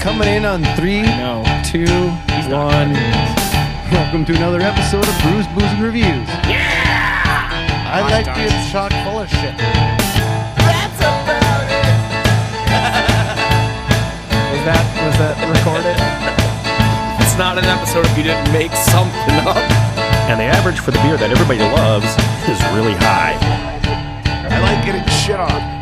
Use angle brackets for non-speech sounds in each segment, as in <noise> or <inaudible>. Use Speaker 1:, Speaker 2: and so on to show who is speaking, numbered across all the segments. Speaker 1: Coming in on three,
Speaker 2: No.
Speaker 1: two,
Speaker 2: not
Speaker 1: one. Welcome to another episode of Brews, Booze, and Reviews. Yeah! I like
Speaker 2: dogs.
Speaker 1: being chock full of shit.
Speaker 3: Was that was that recorded?
Speaker 2: It's not an episode if you didn't make something up.
Speaker 4: and the average for the beer that everybody loves is really high.
Speaker 3: I like getting shit on.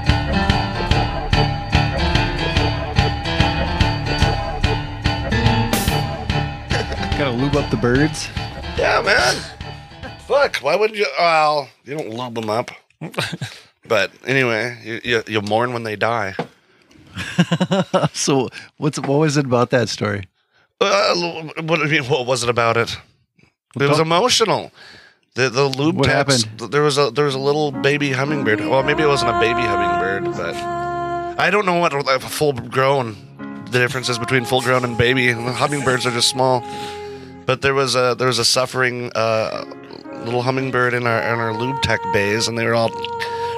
Speaker 1: Gotta lube up the birds. <laughs>
Speaker 5: Yeah, man. Fuck. Why would you? Well, you don't lube them up. but anyway, you, you you mourn when they die.
Speaker 1: So, what's what was it about that story?
Speaker 5: Uh, l- what I mean, what was it about it? It was
Speaker 1: Don't-
Speaker 5: emotional. The the lube.
Speaker 1: What
Speaker 5: taps-
Speaker 1: happened?
Speaker 5: th- There was a there was a little baby hummingbird. Well, maybe it wasn't a baby hummingbird, but I don't know what a full grown the difference is between full grown and baby. Hummingbirds are just small. But there was a there was a suffering uh, little hummingbird in our in our lube tech bays, and they were all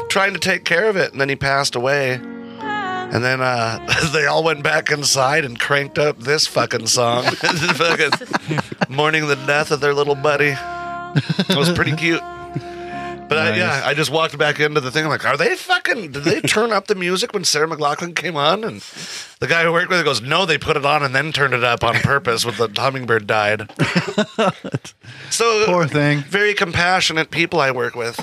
Speaker 5: trying to take care of it. And then he passed away. And then uh, <laughs> they all went back inside and cranked up this fucking song, fucking mourning the death of their little buddy. It was pretty cute. But I, yeah, I just walked back into the thing. I'm like, are they fucking? Did they turn up the music when Sarah McLaughlin came on? And the guy who worked with it goes, no, they put it on and then turned it up on purpose when the hummingbird died. so
Speaker 1: Poor thing.
Speaker 5: very compassionate people I work with.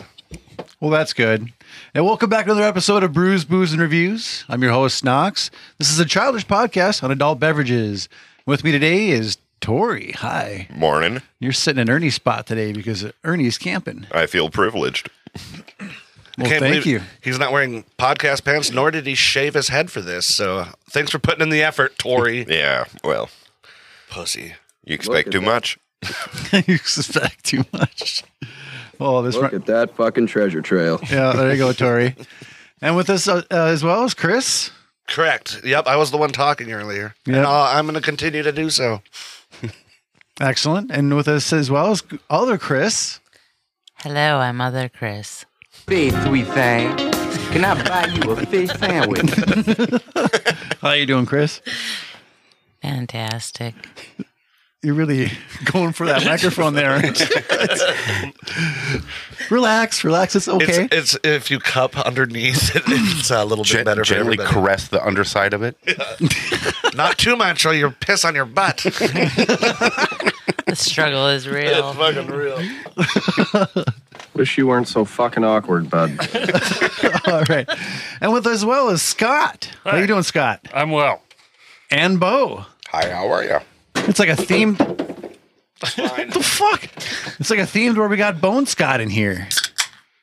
Speaker 1: Well, that's good. And welcome back to another episode of Brews, Booze, and Reviews. I'm your host, Knox. This is a childish podcast on adult beverages. With me today is Tori. Hi.
Speaker 6: Morning.
Speaker 1: You're sitting in Ernie's spot today because Ernie's camping.
Speaker 6: I feel privileged.
Speaker 1: Well, thank
Speaker 5: Can't believe
Speaker 1: you.
Speaker 5: He's not wearing podcast pants, nor did he shave his head for this. So thanks for putting in the effort, Tori.
Speaker 6: Yeah, well,
Speaker 5: Pussy.
Speaker 6: you expect too much.
Speaker 1: <laughs> you suspect too much. Oh, this.
Speaker 7: Look
Speaker 1: run-
Speaker 7: at that fucking treasure trail.
Speaker 1: <laughs> yeah, there you go, Tori. And with us uh, uh, as well is Chris.
Speaker 5: Correct. Yep, I was the one talking earlier.
Speaker 1: Yep.
Speaker 5: And uh, I'm going to continue to do so.
Speaker 1: Excellent. And with us as well is other Chris.
Speaker 8: Hello, I'm Mother Chris.
Speaker 9: Say, sweet thing, can I <laughs> buy you a fish sandwich?
Speaker 1: How you doing, Chris?
Speaker 8: Fantastic.
Speaker 1: You're really <laughs> going for that microphone there. aren't you? <laughs> relax, relax. It's okay.
Speaker 5: It's, it's if you cup underneath, <laughs> it, it's a little bit
Speaker 10: Gen-
Speaker 5: better for
Speaker 10: gently
Speaker 5: everybody.
Speaker 10: caress the underside of it.
Speaker 5: Not too much, or you piss on your butt.
Speaker 8: The struggle is real.
Speaker 5: fucking <laughs> real.
Speaker 7: <laughs> Wish you weren't so fucking awkward, bud.
Speaker 1: All right. And with us as well is Scott. How you doing, Scott?
Speaker 2: I'm well.
Speaker 1: And Bo.
Speaker 10: Hi, how are you?
Speaker 1: It's like a themed. <laughs> the fuck? It's like a themed where we got Bone Scott in here.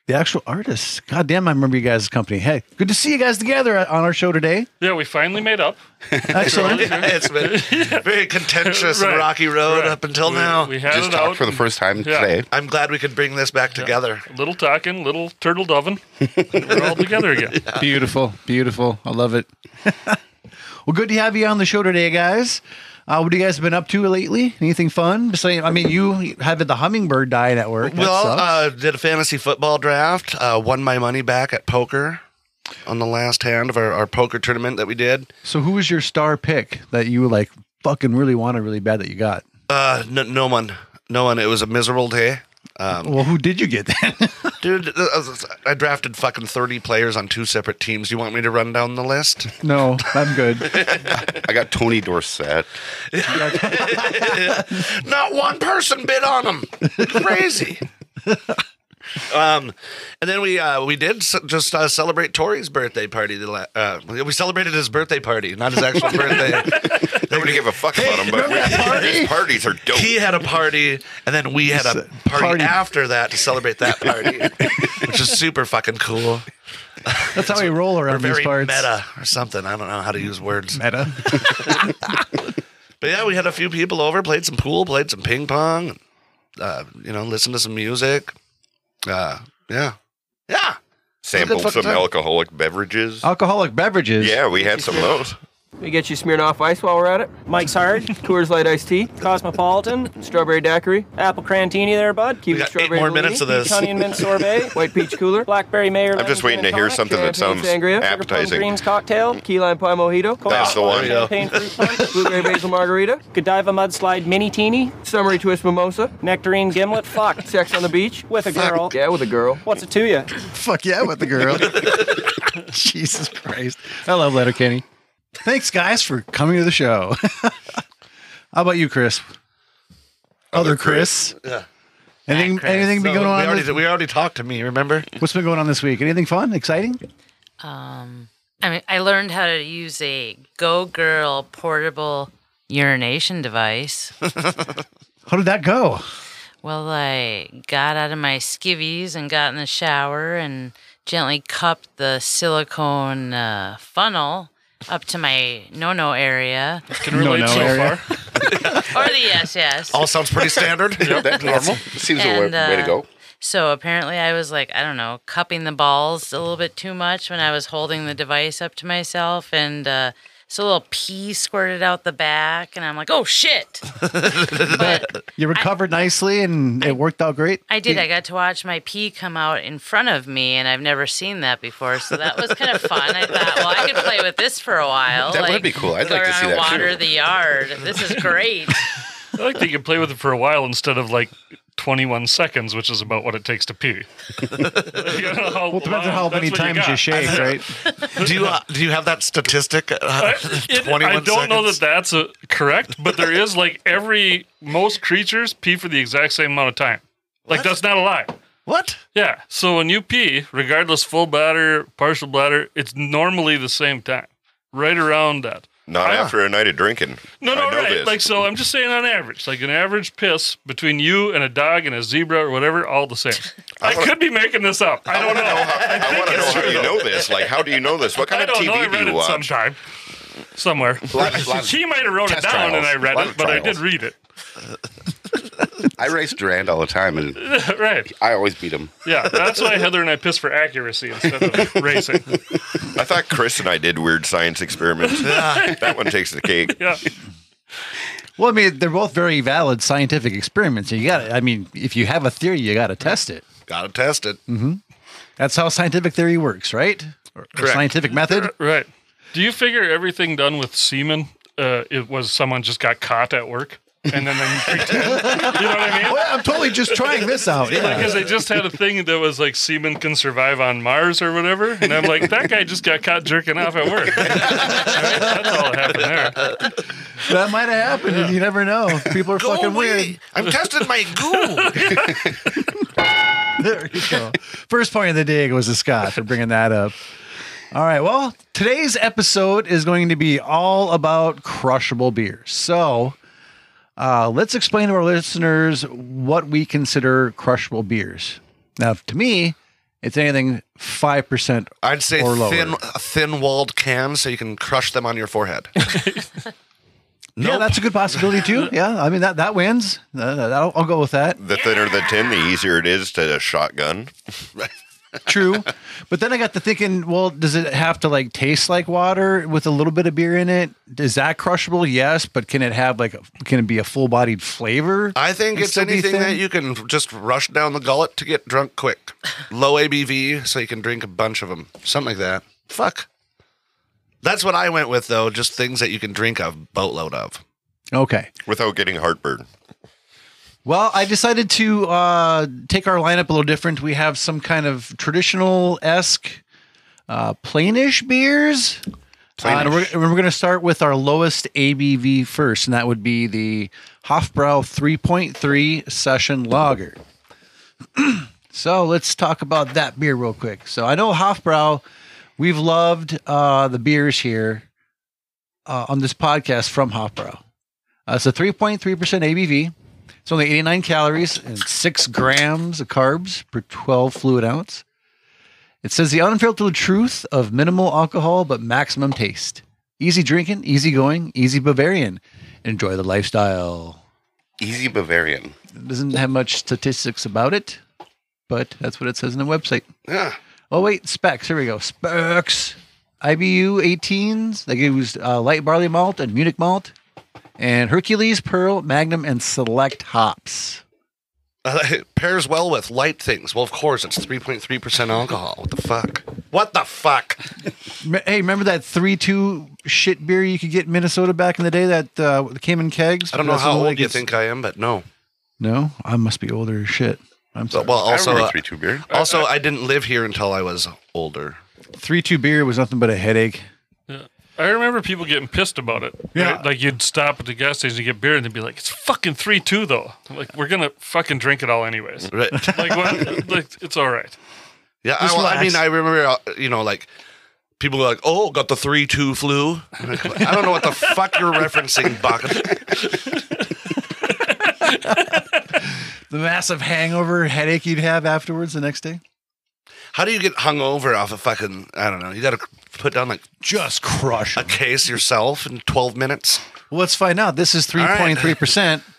Speaker 1: The actual artist. God damn, I remember you guys' company. Hey, good to see you guys together on our show today.
Speaker 5: <laughs>
Speaker 11: Yeah, we finally made up.
Speaker 1: Excellent.
Speaker 5: Yeah, it's been very contentious and
Speaker 11: Right,
Speaker 5: rocky road up until now.
Speaker 11: We had
Speaker 10: Just
Speaker 11: it out.
Speaker 10: talked for the first time
Speaker 11: Yeah.
Speaker 10: today.
Speaker 5: I'm glad we could bring this back together.
Speaker 11: little talking, little
Speaker 10: <laughs>
Speaker 11: turtle dovin. We're all
Speaker 5: <laughs>
Speaker 11: together again.
Speaker 1: Beautiful, beautiful. I love it. well, good to have you on the show today, guys. Uh, what have you guys been up to lately? Anything fun? Besides, I mean, you had the hummingbird die at work. That
Speaker 5: well,
Speaker 1: sucks.
Speaker 5: uh, did a fantasy football draft. Uh, won my money back at poker on the last hand of our, our poker tournament that we did.
Speaker 1: so who was your star pick that you like fucking really wanted really bad that you got?
Speaker 5: Uh, no, no one, no one. It was a miserable day, Um,
Speaker 1: Well, who did you get
Speaker 5: <laughs>
Speaker 1: then?
Speaker 5: dude. uh, I drafted fucking thirty players on two separate teams. You want me to run down
Speaker 6: <laughs>
Speaker 5: the list?
Speaker 1: no, I'm good.
Speaker 10: I got Tony Dorsett.
Speaker 5: Not one person bid on them.
Speaker 6: <laughs>
Speaker 5: Crazy. um, and then we uh, we did s just uh, celebrate Tori's birthday party. The la- uh, we celebrated his birthday party, not
Speaker 6: <laughs>
Speaker 5: his actual birthday.
Speaker 6: Nobody gave a fuck about him, but we, his <laughs> parties are dope.
Speaker 5: he had a party, and then we had a party,
Speaker 1: Oh. Party.
Speaker 5: after that to celebrate that
Speaker 1: <laughs>
Speaker 5: party, which is super fucking cool.
Speaker 1: That's how we roll
Speaker 5: Or
Speaker 1: around these
Speaker 5: very
Speaker 1: parts.
Speaker 5: meta or something. I don't know how to use words.
Speaker 1: Meta.
Speaker 5: But yeah, we had a few people over, played some pool, played some ping pong, uh, you know, listened to some music. Uh, yeah, yeah.
Speaker 6: Sampled some
Speaker 5: fucking time.
Speaker 6: alcoholic beverages.
Speaker 1: Oh, Alcoholic beverages.
Speaker 6: yeah, we had some of those.
Speaker 7: We get you smeared off ice while we're at it.
Speaker 12: Mike's
Speaker 7: <laughs>
Speaker 12: Hard.
Speaker 7: Coors Light iced tea.
Speaker 12: Cosmopolitan.
Speaker 7: Strawberry daiquiri.
Speaker 12: Apple Crantini there, bud.
Speaker 7: Kiwi strawberry
Speaker 5: more
Speaker 7: Bellini,
Speaker 5: minutes of this.
Speaker 12: Peach Honey and mint sorbet.
Speaker 7: <laughs> White peach cooler.
Speaker 12: Blackberry mayor.
Speaker 10: I'm just waiting to hear something that sounds
Speaker 7: sangria,
Speaker 10: appetizing.
Speaker 12: Greens cocktail.
Speaker 7: Key lime pie mojito.
Speaker 10: That's the one.
Speaker 12: Champagne fruit punch.
Speaker 7: <laughs> Blueberry basil margarita.
Speaker 12: Godiva mudslide mini teeny.
Speaker 7: Summery twist mimosa.
Speaker 12: Nectarine gimlet. Fuck.
Speaker 7: Sex on the beach.
Speaker 12: With a girl.
Speaker 7: Yeah, with a girl.
Speaker 12: What's it to you?
Speaker 1: Fuck yeah, with the girl. Jesus Christ. I love Letterkenny. Thanks, guys, for coming to the show. <laughs> How about you, Chris? Other, Chris.
Speaker 5: Yeah.
Speaker 1: Anything, anything been
Speaker 5: No,
Speaker 1: going
Speaker 5: we
Speaker 1: on?
Speaker 5: Already,
Speaker 1: this-
Speaker 5: we already talked to me, remember?
Speaker 1: what's been going on this week? Anything fun, exciting?
Speaker 8: Um, I mean, I learned how to use a Go Girl portable urination device.
Speaker 1: How did that go?
Speaker 8: Well, I got out of my skivvies and got in the shower and gently cupped the silicone uh, funnel up to my no-no area.
Speaker 11: Can relate
Speaker 1: No-no
Speaker 11: so
Speaker 1: area.
Speaker 11: far.
Speaker 8: or the yes, yes.
Speaker 5: All sounds pretty <laughs> standard.
Speaker 6: <laughs>
Speaker 10: Yep. That-
Speaker 5: Normal.
Speaker 10: Seems a way,
Speaker 8: And, uh,
Speaker 10: way to go.
Speaker 8: So apparently, I was like, I don't know, cupping the balls a little bit too much when I was holding the device up to myself, and uh, so a little pee squirted out the back, and I'm like, oh shit!
Speaker 1: You recovered nicely and it worked out great.
Speaker 8: I did. I got to watch my pee come out in front of me, and I've never seen that before. So that was kind of fun. I thought, well, I could play with this for a while.
Speaker 10: That would be cool. I'd
Speaker 8: go
Speaker 10: like to see
Speaker 8: around and
Speaker 10: that, too.
Speaker 8: Water the yard. This is great.
Speaker 11: I like that you can play with it for a while instead of like 21 seconds, which is about what it takes
Speaker 5: <laughs>
Speaker 11: to pee.
Speaker 1: Well, depends on how many times you, shake, right?
Speaker 5: <laughs> do you uh, do you have that statistic? Uh, <laughs>
Speaker 11: It- I
Speaker 5: 21
Speaker 11: don't know that
Speaker 5: seconds?
Speaker 11: that's uh correct, but there is like every most creatures pee for the exact same amount of time. Like that's not a lie.
Speaker 5: What?
Speaker 11: Yeah. So when you pee, regardless full bladder, partial bladder, it's normally the same time, right around that.
Speaker 6: Not after a night of drinking.
Speaker 11: No, no,
Speaker 6: I know
Speaker 11: right.
Speaker 6: this.
Speaker 11: Like so, I'm just saying on average, like an average piss between you and a dog and a zebra or whatever, all
Speaker 10: <laughs>
Speaker 11: the same. I, could be making this up. I don't know.
Speaker 6: I want to know how you know this. Like, how do you know this? What kind
Speaker 11: <laughs> I
Speaker 6: of
Speaker 11: don't know. I
Speaker 6: TV do
Speaker 11: read
Speaker 6: you
Speaker 11: it
Speaker 6: watch?
Speaker 11: sometime, somewhere.
Speaker 6: Lot of- lot of
Speaker 11: he might have wrote it
Speaker 10: test
Speaker 11: down and
Speaker 10: trials.
Speaker 11: I read
Speaker 10: Lot
Speaker 11: it,
Speaker 10: of
Speaker 11: but I did
Speaker 10: trials.
Speaker 11: read it.
Speaker 10: <laughs> I race Durand all the time, and
Speaker 11: <laughs> right.
Speaker 10: I always beat him.
Speaker 11: Yeah, that's why Heather and I piss for accuracy
Speaker 10: <laughs>
Speaker 11: instead of racing.
Speaker 6: I thought Chris and I did weird science experiments. that one takes the cake.
Speaker 11: Yeah.
Speaker 1: Well, I mean, they're both very valid scientific experiments. And you got to, I mean, if you have a theory, you got to test it.
Speaker 5: Gotta test it.
Speaker 1: hmm That's how scientific theory works, right? Or- or
Speaker 11: Correct.
Speaker 1: scientific method.
Speaker 11: Right. Do you figure everything done with semen uh, it was someone just got caught at work and then they <laughs> pretend? you know what I mean?
Speaker 1: Well, I'm totally just trying this out. Yeah.
Speaker 11: Because they just had a thing that was like semen can survive on Mars or whatever, and I'm like, that guy just got caught jerking off at work. All right, That's all that happened there.
Speaker 1: that might have happened. and You never know. People are fucking weird.
Speaker 5: I'm testing my
Speaker 1: <laughs>
Speaker 5: goo.
Speaker 1: There you go. First point of the day goes to Scott for bringing that up. All right. Well, today's episode is going to be all about crushable beers. So uh, let's explain to our listeners what we consider crushable beers. Now, to me, it's anything 5%.
Speaker 5: I'd say
Speaker 1: Or lower.
Speaker 5: thin thin walled cans so you can crush them on
Speaker 1: <laughs>
Speaker 5: your forehead.
Speaker 1: Yeah, that's a good possibility too. Yeah. I mean, that, that wins. Uh, that- I'll, I'll go with that.
Speaker 6: The thinner the tin, the easier it is to shotgun.
Speaker 1: True. But then I got to thinking, well, does it have to like taste like water with a little bit of beer in it? Is that crushable? Yes, but can it have like a, can it be a full bodied flavor?
Speaker 5: I think
Speaker 1: and
Speaker 5: it's
Speaker 1: still be
Speaker 5: anything that
Speaker 1: thin?
Speaker 5: you can just rush down the gullet to get
Speaker 1: <laughs>
Speaker 5: drunk quick. Low ABV, so you can drink a bunch of them. Something like that. Fuck. That's what I went with, though. Just things that you can drink a boatload of.
Speaker 1: Okay.
Speaker 6: Without getting heartburn.
Speaker 1: Well, I decided to uh, take our lineup a little different. We have some kind of traditional esque, uh, plainish beers. Uh, and we're, and we're going to start with our lowest ABV first, and that would be the Hofbrau 3.3 Session Lager. <clears throat> so let's talk about that beer real quick. So I know Hofbrau, we've loved uh, the beers here uh, on this podcast from Hofbrau. Uh, it's a 3.3% ABV. It's only 89 calories and six grams of carbs per 12 fluid ounce. It says the unfiltered truth of minimal alcohol but maximum taste. Easy drinking, easy going, easy Bavarian. Enjoy the lifestyle.
Speaker 10: Easy Bavarian.
Speaker 1: It doesn't have much statistics about it, but that's what it says on the website.
Speaker 5: Yeah.
Speaker 1: Oh, wait, specs. Here we go. Specs. IBU 18s. They used uh, light barley malt and Munich malt, and Hercules, Pearl, Magnum, and Select hops.
Speaker 5: Uh, <laughs> it pairs well with light things. Well, of course, it's 3.3% alcohol. What the fuck? What the fuck?
Speaker 1: Me- Hey, remember that three-two shit beer you could get in Minnesota back in the day that uh, came in kegs?
Speaker 5: I don't know
Speaker 1: That's the
Speaker 5: how
Speaker 1: only way
Speaker 5: old
Speaker 1: it
Speaker 5: you
Speaker 1: gets-
Speaker 5: think I am, but no.
Speaker 1: No, I must be older as shit. I'm sorry.
Speaker 5: But, well, also, uh,
Speaker 6: beer.
Speaker 5: also, I didn't live here until I was older.
Speaker 1: three-two beer was nothing but a headache.
Speaker 11: I remember people getting pissed about it.
Speaker 1: Yeah.
Speaker 11: right? Like you'd stop at the gas station to get beer and they'd be like, it's fucking 3 2 though. Like, we're going to fucking drink it all anyways.
Speaker 1: <laughs>
Speaker 5: Right.
Speaker 11: like, what? like, it's all right.
Speaker 5: Yeah, I,
Speaker 11: Just
Speaker 5: well, I
Speaker 11: relax.
Speaker 5: mean, I remember, uh, you know, like people were like, "Oh, got the three-two flu." I'm like, I don't know what the fuck you're referencing, Buck.
Speaker 1: The massive hangover headache you'd have afterwards the next day.
Speaker 5: How do you get hungover off a fucking? I don't know. You got to put down like
Speaker 1: just crush
Speaker 5: a case yourself in 12 minutes.
Speaker 1: Well, let's find out. This is
Speaker 5: All right.
Speaker 1: 3.3%. <laughs>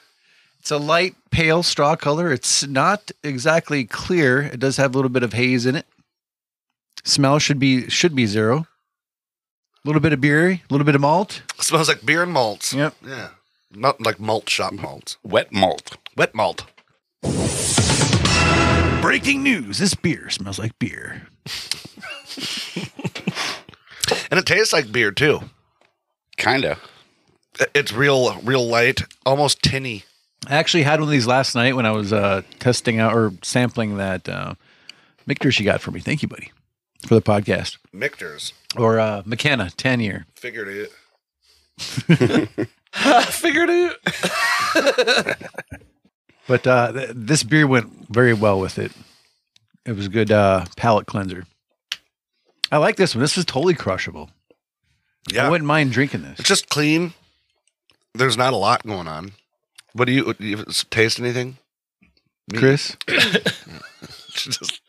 Speaker 1: It's a light pale straw color. It's not exactly clear. It does have a little bit of haze in it. Smell should be should be zero. A little bit of beer, a little bit of malt.
Speaker 5: smells like beer and malts.
Speaker 1: Yep.
Speaker 5: Yeah, not like malt shop malt.
Speaker 10: Wet malt.
Speaker 5: Wet malt.
Speaker 1: Breaking news. This beer smells like beer.
Speaker 5: And it tastes like beer too.
Speaker 10: Kinda.
Speaker 5: It's real, real light, almost tinny.
Speaker 1: I actually had one of these last night when I was uh, testing out or sampling that uh, Mictor she got for me. Thank you, buddy, for the podcast.
Speaker 5: Mictors.
Speaker 1: Or uh, McKenna, 10 year.
Speaker 5: Figured it.
Speaker 2: Figured it.
Speaker 1: But uh, th- this beer went very well with it. It was a good uh, palate cleanser. I like this one. This is totally crushable.
Speaker 5: Yeah.
Speaker 1: I wouldn't mind drinking this.
Speaker 5: It's just clean. There's not a lot going on. What do you, do you taste anything? <laughs> Me-
Speaker 1: Chris?
Speaker 5: Just-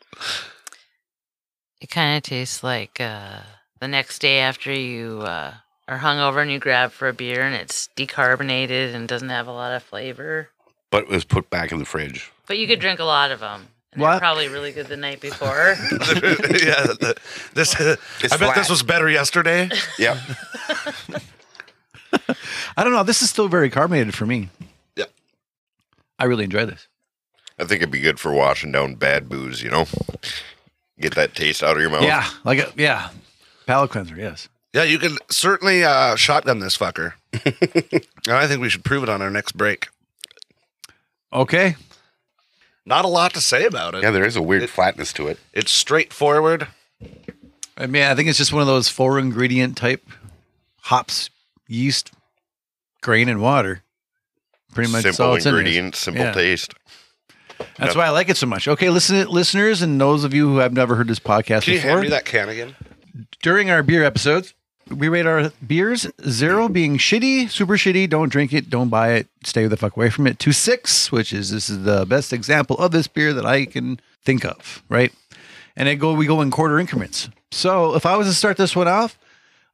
Speaker 8: It kind of tastes like uh, the next day after you uh, are hungover and you grab for a beer and it's decarbonated and doesn't have a lot of flavor.
Speaker 10: But it was put back in the fridge.
Speaker 8: But you could drink a lot of them. And
Speaker 10: What?
Speaker 8: they're probably really good the
Speaker 10: <laughs>
Speaker 8: night before.
Speaker 5: yeah, the- this. I bet this
Speaker 10: flat.
Speaker 5: was better yesterday.
Speaker 10: Yep.
Speaker 1: I don't know. This is still very carbonated for me.
Speaker 5: Yeah.
Speaker 1: I really enjoy this.
Speaker 6: I think it'd be good for washing down bad booze, you know? Get that taste out of
Speaker 5: Oh.
Speaker 6: your mouth.
Speaker 1: Yeah. Like, a, yeah. Palate cleanser, yes.
Speaker 5: Yeah, you can certainly uh, shotgun this <laughs> fucker. and I think we should prove it on our next break.
Speaker 1: Okay.
Speaker 5: Not a lot to say about it.
Speaker 10: Yeah, there is a weird flatness to it.
Speaker 5: It's straightforward.
Speaker 1: I mean, I think it's just one of those four ingredient type hops, yeast, grain, and water. Pretty much
Speaker 6: Simple
Speaker 1: all it's in there.
Speaker 6: ingredients, simple
Speaker 1: Yeah.
Speaker 6: taste.
Speaker 1: That's why I like it so much. Okay, listen, listeners, and those of you who have never heard this podcast
Speaker 5: Can you
Speaker 1: before,
Speaker 5: hand me that can again?
Speaker 1: during our beer episodes, we rate our beers zero being shitty, super shitty, don't drink it, don't buy it, stay the fuck away from it, to six, which is this is the best example of this beer that I can think of, right? And it go we go in quarter increments. So if I was to start this one off,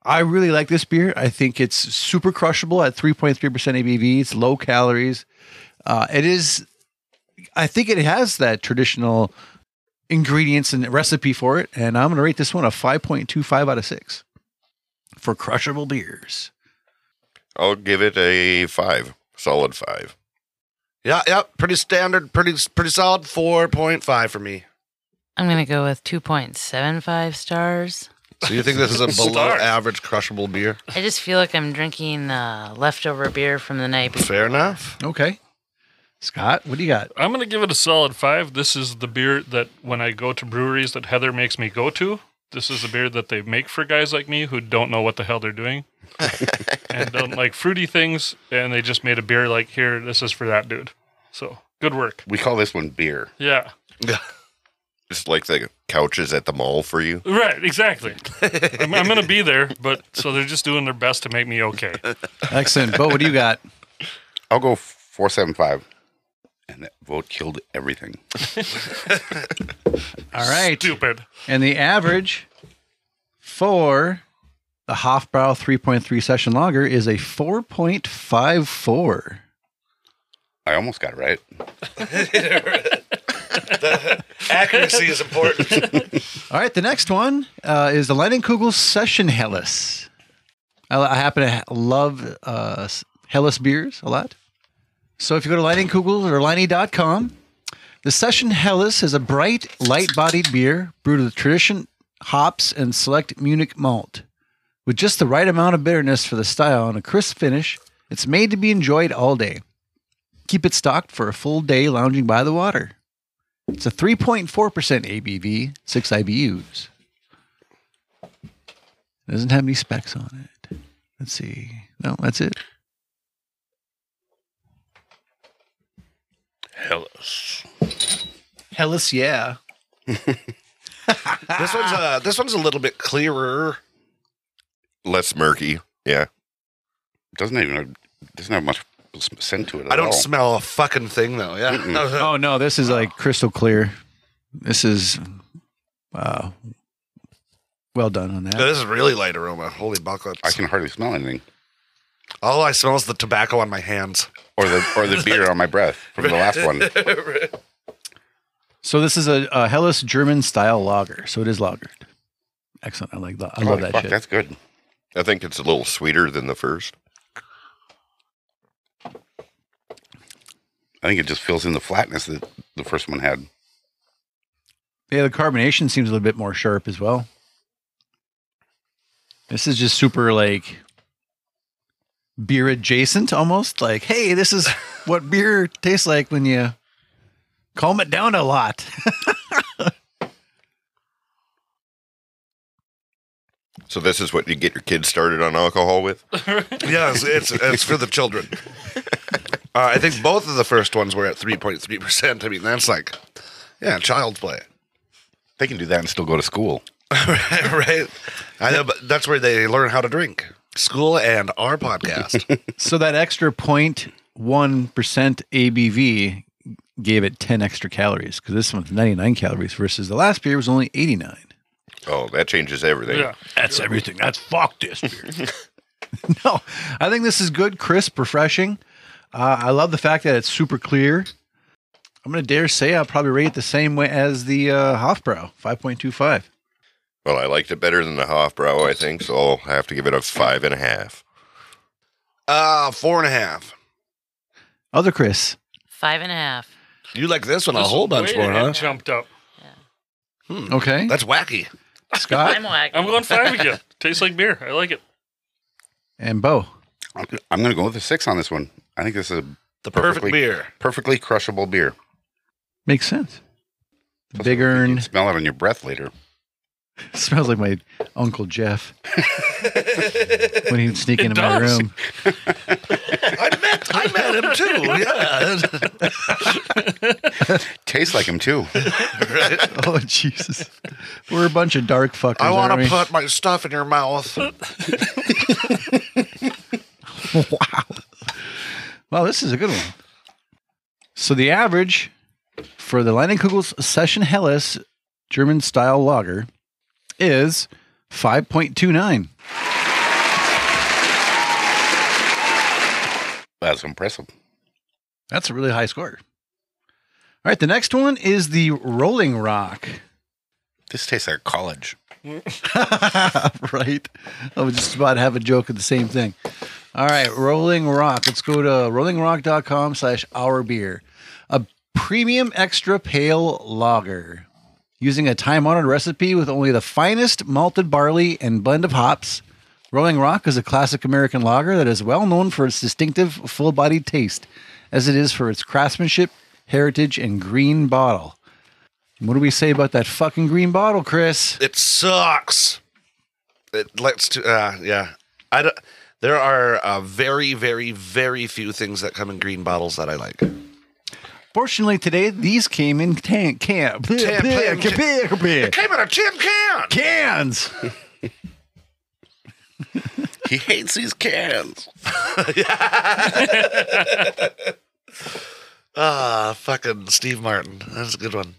Speaker 1: I really like this beer. I think it's super crushable at 3.3% ABV. It's low calories. Uh, it is, I think it has that traditional ingredients and recipe for it. And I'm going to rate this one a 5.25 out of 6 for crushable beers.
Speaker 6: I'll give it a five, solid five.
Speaker 5: Yeah, yeah, pretty standard, pretty pretty solid. Four point five for <laughs> me.
Speaker 8: I'm going to go with 2.75 stars.
Speaker 5: So you think this is a below
Speaker 11: Stars.
Speaker 5: average crushable beer?
Speaker 8: I just feel like I'm drinking uh, leftover beer from the night before.
Speaker 5: Fair enough.
Speaker 1: Okay. Scott, what do you got?
Speaker 11: I'm going to give it a solid five. This is the beer that when I go to breweries that Heather makes me go to, this is the beer that they make for guys like me who don't know what the hell they're doing and don't like fruity things. And they just made a beer like, here, this is for that dude. So good work.
Speaker 10: We call this one beer.
Speaker 11: Yeah.
Speaker 6: It's like the couches at the mall for you.
Speaker 11: Right. Exactly. I'm, I'm going to be there, but so they're just doing their best to make me okay.
Speaker 1: Excellent. Bo, what do you got?
Speaker 10: I'll go four seven five. And that vote killed everything.
Speaker 1: <laughs> All right.
Speaker 11: Stupid.
Speaker 1: And the average for the Hofbrau 3.3 session lager is a 4.54.
Speaker 10: I almost got it right.
Speaker 5: The accuracy is important.
Speaker 1: All right, the next one uh, is the Leinenkugel Session Helles. I, I happen to ha- love uh, s- Helles beers a lot. So if you go to Leinenkugel or Leine.com, the Session Helles is a bright, light bodied beer brewed with tradition hops and select Munich malt. With just the right amount of bitterness for the style and a crisp finish, it's made to be enjoyed all day. Keep it stocked for a full day lounging by the water. It's a 3.4% ABV, 6 IBUs. It doesn't have any specs on it. Let's see. No, that's it.
Speaker 5: Hellas.
Speaker 1: Hellas, yeah.
Speaker 5: This one's uh, this one's a little bit clearer.
Speaker 10: Less murky. Yeah. Doesn't even doesn't have much scent to it. At
Speaker 5: I don't
Speaker 10: all.
Speaker 5: smell a fucking thing though. Yeah. <laughs>
Speaker 1: oh, no, this is like crystal clear. This is, wow. Well done on that.
Speaker 5: No, this is really light aroma. Holy buckets.
Speaker 10: I can hardly smell anything.
Speaker 5: All I smell is the tobacco on my hands.
Speaker 10: Or the or
Speaker 6: <laughs>
Speaker 10: the beer on my breath from the last one.
Speaker 1: So this is a, a Hellas German style lager. So it is lagered. Excellent. I like that. I love
Speaker 6: Holy
Speaker 1: that
Speaker 6: fuck,
Speaker 1: shit.
Speaker 6: That's good. I think it's a little sweeter than the first.
Speaker 10: I think it just fills in the flatness that the first one had.
Speaker 1: Yeah, the carbonation seems a little bit more sharp as well. This is just super like beer adjacent almost. Like, hey, this is what beer tastes like when you calm it down a lot. <laughs>
Speaker 6: So this is what you get your kids started on alcohol with.
Speaker 5: yeah, it's, it's it's for the children. <laughs> Uh, I think both of the first ones were at three point three percent. I mean, that's like, yeah, child's play, <laughs>
Speaker 10: They can do that and still go to school.
Speaker 5: right? I know, but that's where they learn how to drink. School and our <laughs> podcast.
Speaker 1: so that extra 0.1% ABV gave it 10 extra calories because this one's 99 calories versus the last beer was only 89.
Speaker 6: Oh, that changes everything.
Speaker 1: Yeah. That's everything. That's fuck this beer. no, I think this is good, crisp, refreshing. Uh, I love the fact that it's super clear. I'm gonna dare say I'll probably rate it the same way as the uh, Hofbrau, five point two five.
Speaker 6: Well, I liked it better than the Hofbrau, I think, so I'll have to give it a five and a half.
Speaker 5: Uh four and a half.
Speaker 1: Other Chris,
Speaker 8: Five and a half.
Speaker 5: You like this one a
Speaker 11: This
Speaker 5: whole bunch
Speaker 11: way
Speaker 5: more,
Speaker 11: it
Speaker 5: huh?
Speaker 11: Jumped up.
Speaker 5: Hmm.
Speaker 1: Okay.
Speaker 5: that's wacky.
Speaker 1: <laughs> Scott
Speaker 8: I'm wacky.
Speaker 11: I'm going five again. Tastes like beer. I like it. <laughs>
Speaker 1: and Bo.
Speaker 10: I'm, I'm going to go with a six on this one. I think this is a
Speaker 5: the perfect beer.
Speaker 10: perfectly crushable beer.
Speaker 1: Makes sense. The big urn
Speaker 10: Smell it on your breath later.
Speaker 1: <laughs> smells like my uncle Jeff when he'd sneak
Speaker 10: It
Speaker 1: into my
Speaker 10: does.
Speaker 1: room. <laughs>
Speaker 5: I met I met him too. Yeah.
Speaker 10: Tastes like
Speaker 1: <laughs>
Speaker 10: him too.
Speaker 1: Oh Jesus, we're a bunch of dark fuckers.
Speaker 5: I want
Speaker 1: aren't
Speaker 5: to
Speaker 1: we?
Speaker 5: put my stuff in your mouth.
Speaker 1: Wow, this is a good one. So the average for the Leinenkugel's Session Helles German style lager is 5.29.
Speaker 10: That's impressive.
Speaker 1: That's a really high score. All right, the next one is the Rolling Rock.
Speaker 10: This tastes like college.
Speaker 1: <laughs> right? I was just about to have a joke of the same thing. All right, Rolling Rock. Let's go to rollingrock.com slash our beer. A premium extra pale lager. Using a time honored recipe with only the finest malted barley and blend of hops, Rolling Rock is a classic American lager that is well known for its distinctive, full bodied taste, as it is for its craftsmanship, heritage, and green bottle. What do we say about that fucking green bottle, Chris?
Speaker 5: It sucks. It lets to uh, yeah. I don't, there are uh, very very very few things that come in green bottles that I like.
Speaker 1: Fortunately, today these came in tank can bleh, bleh, bleh, bleh,
Speaker 5: It came in a tin can.
Speaker 1: cans.
Speaker 10: He hates these cans.
Speaker 5: Ah, fucking Steve Martin. That's a good one.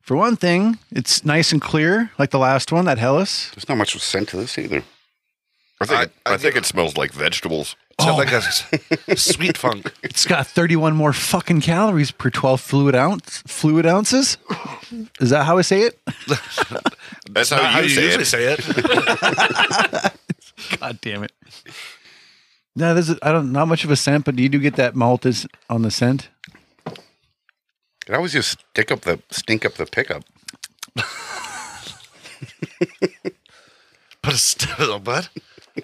Speaker 1: For one thing, it's nice and clear, like the last one, that Hellas.
Speaker 10: There's not much scent to this either.
Speaker 6: I think, it, I think it smells like vegetables.
Speaker 5: It's like a sweet <laughs> funk.
Speaker 1: It's got 31 more fucking calories per 12 fluid ounce fluid ounces. Is that how I say it?
Speaker 6: That's
Speaker 5: not how Oh, you usually <laughs>
Speaker 6: it.
Speaker 1: <laughs> God damn it. No, there's I don't not much of a scent, but you do get that malt is on the scent.
Speaker 10: It always just stick up the stink up the pickup.
Speaker 5: But <laughs> still, bud, oh,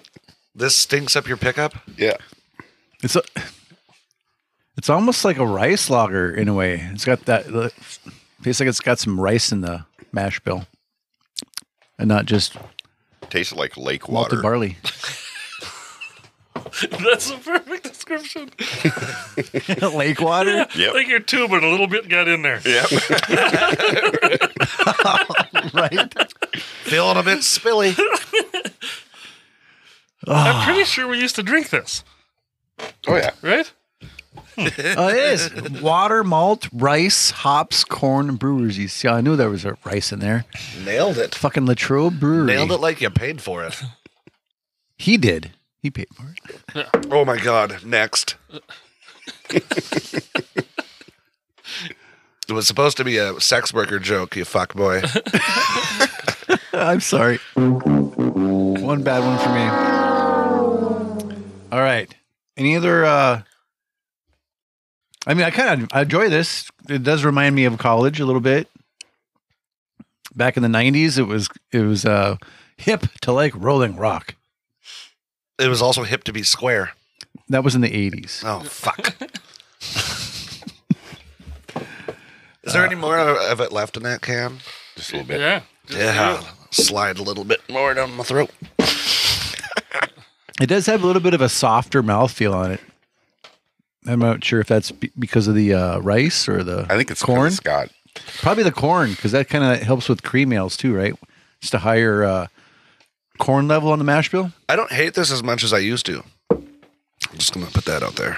Speaker 5: this stinks up your pickup.
Speaker 10: Yeah.
Speaker 1: It's a, it's almost like a rice lager in a way. It's got that the- tastes like it's got some rice in the mash bill, and not just
Speaker 6: Tasted like lake water.
Speaker 1: malted
Speaker 6: <laughs>
Speaker 1: barley. <laughs>
Speaker 11: That's a perfect description.
Speaker 1: Lake water.
Speaker 11: Yeah, Like your tube, but a little bit got in there.
Speaker 1: right.
Speaker 5: Feeling a bit spilly.
Speaker 11: I'm pretty sure we used to drink this,
Speaker 10: Oh yeah.
Speaker 11: right?
Speaker 1: Oh, it is water, malt, rice, hops, corn, and brewers. yeast. Yeah, I knew there was a rice in there.
Speaker 5: <laughs> Nailed it.
Speaker 1: Fucking Latrobe Brewery.
Speaker 5: Nailed it like you paid for it.
Speaker 1: He did. He paid for
Speaker 5: Oh my god! Next. it was supposed to be a sex worker joke. You fuck boy.
Speaker 1: it.
Speaker 10: <laughs>
Speaker 1: I'm sorry. One bad one for me. All right. Any other? Uh, I mean, I kind of I enjoy this. It does remind me of college a little bit. Back in the '90s, it was it was uh, hip to like Rolling Rock.
Speaker 5: It was also hip to be square.
Speaker 1: That was in the '80s.
Speaker 5: Oh fuck. Is there any more of it left in that can?
Speaker 10: Just a little bit.
Speaker 11: Yeah.
Speaker 5: Yeah. Slide a little bit more down my throat.
Speaker 1: It does have a little bit of a softer mouthfeel on it. I'm not sure if that's be- because of the uh, rice or the
Speaker 10: I think it's 'cause
Speaker 1: corn.
Speaker 10: it's got
Speaker 1: Probably the corn because that kind of helps with cream ales too, right? Just a higher uh, corn level on the mash bill.
Speaker 5: I don't hate this as much as I used to. I'm just gonna put that out there.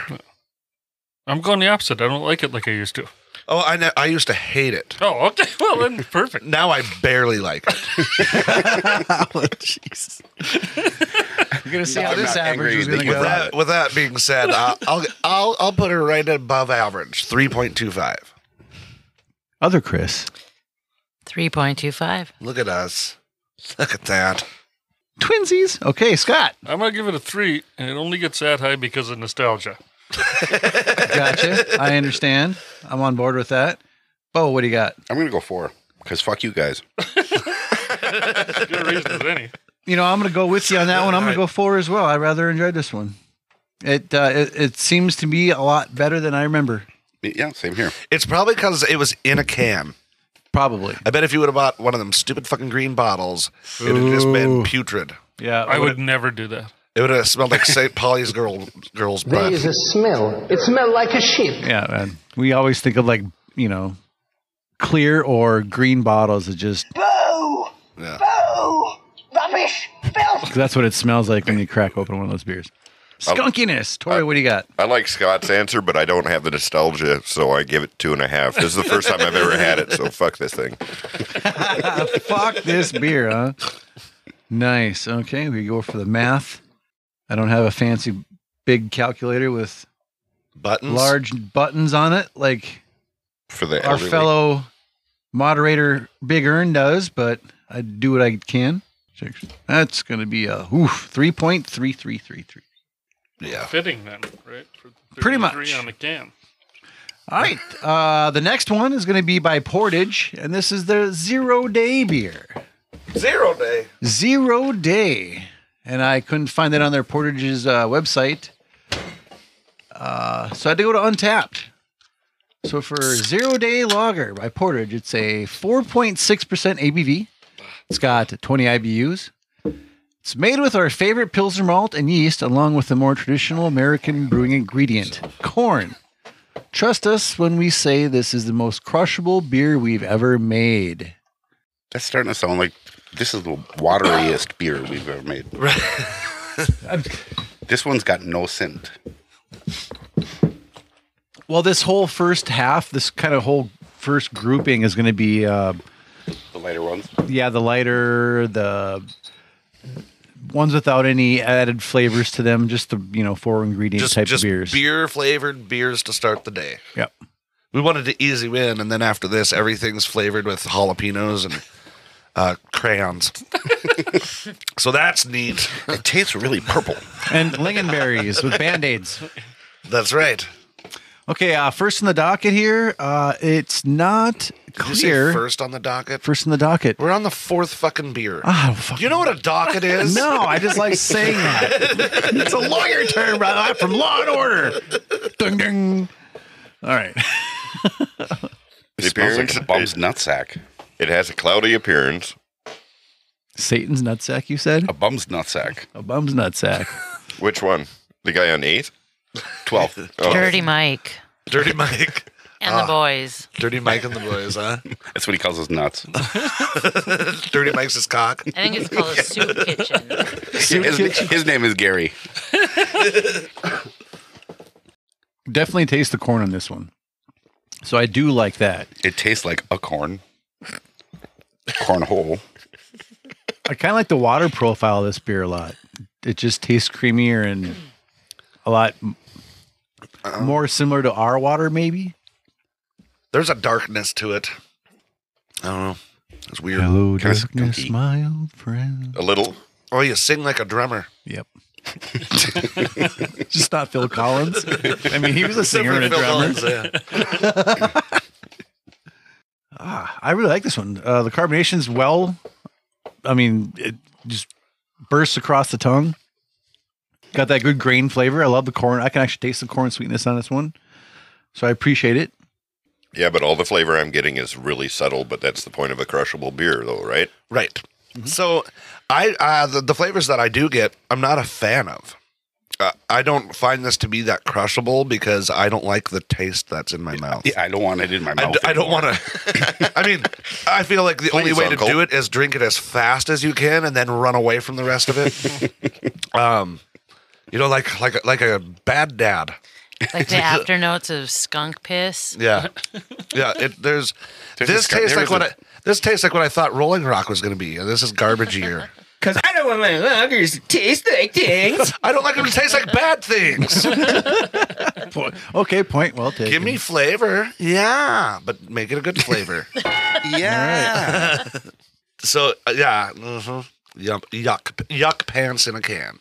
Speaker 11: I'm going the opposite. I don't like it like I used to.
Speaker 5: Oh, I ne- I used to hate it.
Speaker 11: Oh, okay. <laughs> Well, then perfect.
Speaker 5: Now I barely like it.
Speaker 1: Jeez. You're gonna see how this average is gonna
Speaker 5: with
Speaker 1: go.
Speaker 5: that, with that being
Speaker 1: <laughs>
Speaker 5: said, I'll, I'll I'll I'll put her right above average, three point two five.
Speaker 1: Other Chris,
Speaker 8: 3.25.
Speaker 5: Look at us. Look at that.
Speaker 1: twinsies. Okay, Scott.
Speaker 11: I'm gonna give it a three, and it only gets that high because of nostalgia.
Speaker 1: Gotcha. I understand. I'm on board with that. Bo, what do you got?
Speaker 10: I'm gonna go four because fuck you guys.
Speaker 11: As good a reason as any.
Speaker 1: You know, I'm going to go with you on that one. I'm going to go four as well. I rather enjoyed this one. It, uh, it it seems to be a lot better than I remember.
Speaker 10: Yeah, same here.
Speaker 5: It's probably because it was in a can.
Speaker 1: Probably.
Speaker 5: I bet if you would have bought one of them stupid fucking green bottles, it would have just been putrid.
Speaker 1: Yeah,
Speaker 11: I would never do that.
Speaker 5: It would have smelled
Speaker 1: <laughs>
Speaker 5: like St. Polly's girl girl's
Speaker 9: There
Speaker 5: butt.
Speaker 9: is a smell. It smells like a ship.
Speaker 1: Yeah, man. We always think of like you know, clear or green bottles. It just
Speaker 9: Boo!
Speaker 5: Yeah.
Speaker 9: Boo! Rubbish! Filth!
Speaker 1: 'cause that's what it smells like when you crack open one of those beers. Skunkiness, Tori. What do you got?
Speaker 6: I like Scott's answer, but I don't have the nostalgia, so I give it two and a half. This is the first time I've ever had it, so fuck this thing.
Speaker 1: Fuck this beer, huh? Nice. Okay, we go for the math. I don't have a fancy big calculator with
Speaker 5: Buttons.
Speaker 1: large buttons on it like
Speaker 6: For the
Speaker 1: our
Speaker 6: elderly.
Speaker 1: fellow moderator Big Earn does, but I do what I can. That's going to be a oof, 3.3333.
Speaker 5: Yeah.
Speaker 11: Fitting then, right? For
Speaker 1: Pretty
Speaker 11: 33
Speaker 1: much.
Speaker 11: on the can.
Speaker 1: All right. Uh, the next one is going to be by Portage, and this is their zero day beer.
Speaker 5: Zero day.
Speaker 1: Zero day. And I couldn't find that on their Portage's uh, website. Uh, so I had to go to Untapped. So for Zero Day Lager by Portage, it's a 4.6% ABV. It's got 20 IBUs. It's made with our favorite Pilsner malt and yeast, along with the more traditional American brewing ingredient, corn. Trust us when we say this is the most crushable beer we've ever made.
Speaker 10: That's starting to sound like this is the wateriest beer we've ever <laughs> made. this one's got no scent.
Speaker 1: Well, this whole first half, this kind of whole first grouping is going to be, uh,
Speaker 10: The lighter ones.
Speaker 1: yeah, the lighter, the ones without any added flavors to them, just the you know four ingredient
Speaker 5: just
Speaker 1: type
Speaker 5: just
Speaker 1: of beers.
Speaker 5: beer flavored beers to start the day.
Speaker 1: Yep.
Speaker 5: We wanted to easy win, and then after this, everything's flavored with jalapenos and uh,
Speaker 1: <laughs>
Speaker 5: crayons. so that's neat. It tastes really purple. <laughs>
Speaker 1: and lingonberries with band aids.
Speaker 5: That's right.
Speaker 1: Okay, uh, first in the docket here. Uh, it's not
Speaker 5: Did you say
Speaker 1: clear.
Speaker 5: first on the docket?
Speaker 1: First in the docket.
Speaker 5: We're on the fourth fucking beer.
Speaker 1: Ah,
Speaker 5: Do you know what
Speaker 1: <laughs>
Speaker 5: a docket is?
Speaker 1: No, I just like saying that. <laughs> it's a lawyer term, brother. I'm from Law and Order. Ding ding. All right.
Speaker 10: It smells like a bum's nutsack.
Speaker 6: It has a cloudy appearance.
Speaker 1: Satan's nutsack, you said?
Speaker 10: A bum's nutsack.
Speaker 1: A bum's nutsack.
Speaker 6: Which one? The guy on eighth?
Speaker 10: Twelfth.
Speaker 8: Dirty Mike
Speaker 5: Dirty Mike.
Speaker 8: and
Speaker 5: Ah.
Speaker 8: the boys.
Speaker 5: Dirty Mike and the boys, huh?
Speaker 10: That's what he calls his <laughs> nuts.
Speaker 5: Dirty Mike's his cock.
Speaker 8: I think
Speaker 10: <laughs>
Speaker 8: it's called a soup kitchen.
Speaker 10: Yeah, his, his name is Gary.
Speaker 1: Definitely taste the corn on this one. So I do like that.
Speaker 10: It tastes like a corn. Cornhole.
Speaker 1: I kind of like the water profile of this beer a lot. It just tastes creamier and a lot m- more similar to our water, maybe.
Speaker 5: There's a darkness to it. I don't know. It's weird.
Speaker 1: Hello,
Speaker 5: Kinda
Speaker 1: darkness,
Speaker 5: spooky.
Speaker 1: my old friend.
Speaker 6: A little.
Speaker 5: Oh, you sing like a drummer.
Speaker 1: Yep. Just not Phil Collins. I mean, he was a singer and a drummer. ah, I really like this one. Uh, the carbonation's well. I mean, it just bursts across the tongue. Got that good grain flavor. I love the corn. I can actually taste the corn sweetness on this one, so I appreciate it.
Speaker 6: Yeah, but all the flavor I'm getting is really subtle, but that's the point of a crushable beer, though, right?
Speaker 5: Right.
Speaker 10: Mm-hmm.
Speaker 5: So, I uh, the, the flavors that I do get, I'm not a fan of. Uh, I don't find this to be that crushable because I don't like the taste that's in my mouth.
Speaker 10: Yeah, I don't want it in my
Speaker 5: I,
Speaker 10: mouth.
Speaker 5: d- I don't want
Speaker 10: anymore.
Speaker 5: to. <laughs> I mean, I feel like the only
Speaker 10: Please,
Speaker 5: way
Speaker 10: Uncle.
Speaker 5: to do it is drink it as fast as you can and then run away from the rest of
Speaker 10: <laughs>
Speaker 5: it. um, you know, like like a- like a bad dad.
Speaker 8: Like
Speaker 11: <laughs>
Speaker 8: the after notes of skunk piss.
Speaker 10: <laughs>
Speaker 5: Yeah, yeah. It, there's,
Speaker 10: There's
Speaker 5: this
Speaker 10: a scar-
Speaker 5: tastes
Speaker 10: there
Speaker 5: like
Speaker 10: is
Speaker 5: what
Speaker 10: a-
Speaker 5: I, this tastes like what I thought Rolling Rock was going to be. and This is garbagier.
Speaker 9: Cause I don't want my loggers to taste like things.
Speaker 5: I don't like them to taste like bad things.
Speaker 1: Po- Okay, point well taken.
Speaker 5: Give me flavor, yeah, but make it a good flavor.
Speaker 1: Yeah.
Speaker 5: so uh, yeah, mhm. yuck, yuck, yuck pants in a can.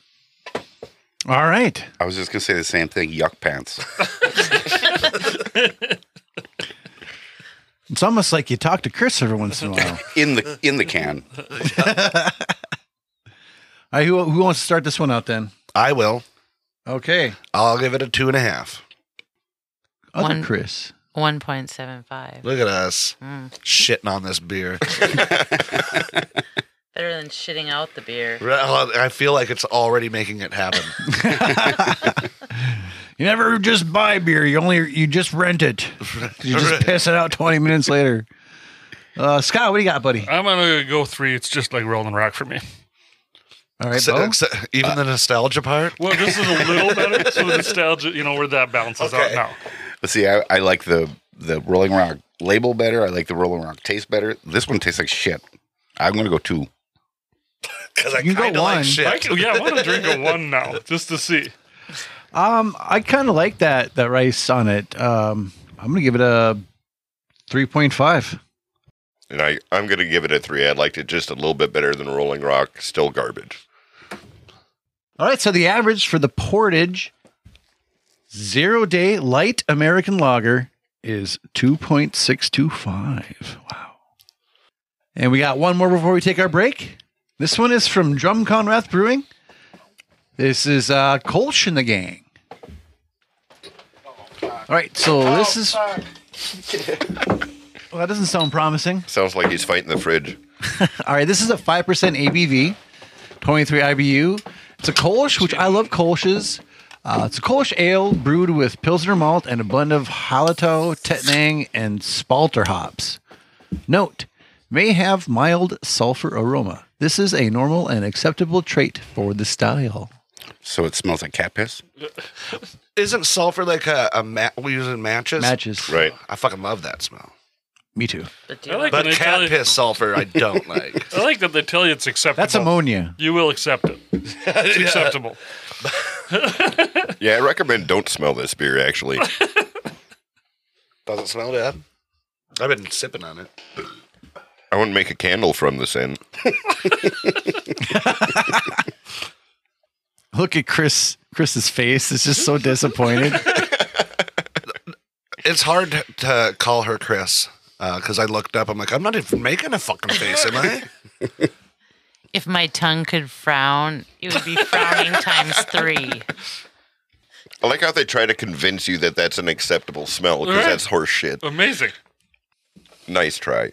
Speaker 1: All right.
Speaker 10: I was just gonna say the same thing. Yuck pants.
Speaker 1: It's almost like you talk to Chris every once in a while.
Speaker 10: In the in the can.
Speaker 1: All right, who who wants to start this one out then?
Speaker 5: I will.
Speaker 1: Okay.
Speaker 5: I'll give it a two and a half.
Speaker 1: Other
Speaker 8: One-
Speaker 1: Chris.
Speaker 8: 1.75.
Speaker 5: Look at us
Speaker 8: Mm.
Speaker 5: shitting on this beer.
Speaker 8: Better than shitting out the beer.
Speaker 5: Well, I feel like it's already making it happen.
Speaker 1: You never just buy beer. You only you just rent it. You just piss it out twenty minutes later. Uh, Scott, what do you got, buddy?
Speaker 11: I'm gonna go three. It's just like Rolling Rock for me.
Speaker 1: All right,
Speaker 5: So-
Speaker 1: Bo?
Speaker 5: so- even the nostalgia part.
Speaker 11: Well, this is a little better. So the nostalgia, you know, where that balances out now.
Speaker 10: Let's see. I, I like the the Rolling Rock label better. I like the Rolling Rock taste better. This one tastes like shit. I'm gonna go two.
Speaker 5: Because I
Speaker 1: You can go
Speaker 5: kinda like
Speaker 1: one.
Speaker 5: shit.
Speaker 11: I can, yeah, I want to drink a one now just to see.
Speaker 1: Um, I kind of like that that rice on it. Um, I'm gonna give it a three point five.
Speaker 6: And I, I'm going to give it a three. I liked it just a little bit better than Rolling Rock. Still garbage.
Speaker 1: All right, so the average for the portage zero day light American lager is two point six two five. Wow. And we got one more before we take our break. This one is from Drum Conrath Brewing. This is uh, Kolsch and the Gang. All right, so this is. <laughs> Well, that doesn't sound promising.
Speaker 6: Sounds like he's fighting the fridge.
Speaker 1: All right, this is a 5% ABV, 23 IBU. It's a Kolsch, which I love Kolsches. Uh, it's a Kolsch ale brewed with Pilsner malt and a blend of Halato, Tetnang, and Spalter hops. Note, may have mild sulfur aroma. This is a normal and acceptable trait for the style.
Speaker 10: So it smells like cat piss.
Speaker 5: Isn't sulfur like a, a mat? We using matches.
Speaker 1: Matches.
Speaker 6: Right.
Speaker 5: I fucking love that smell.
Speaker 1: Me too.
Speaker 8: But,
Speaker 11: I like
Speaker 5: but
Speaker 11: when they tell
Speaker 5: cat
Speaker 11: you,
Speaker 5: piss sulfur, I don't like.
Speaker 11: I like that they tell you it's acceptable.
Speaker 1: That's ammonia.
Speaker 11: You will accept it. It's acceptable.
Speaker 6: <laughs> Yeah, I recommend don't smell this beer. Actually,
Speaker 5: Doesn't smell bad. I've been sipping on it.
Speaker 6: I wouldn't make a candle from this end.
Speaker 1: Look at Chris. Chris's face is just so disappointed.
Speaker 5: It's hard to call her Chris because I looked up. I'm like, I'm not even making a fucking face, am I?
Speaker 8: If my tongue could frown, it would be frowning times three.
Speaker 6: I like how they try to convince you that that's an acceptable smell because
Speaker 11: Right.
Speaker 6: that's horse shit.
Speaker 11: Amazing.
Speaker 6: Nice try.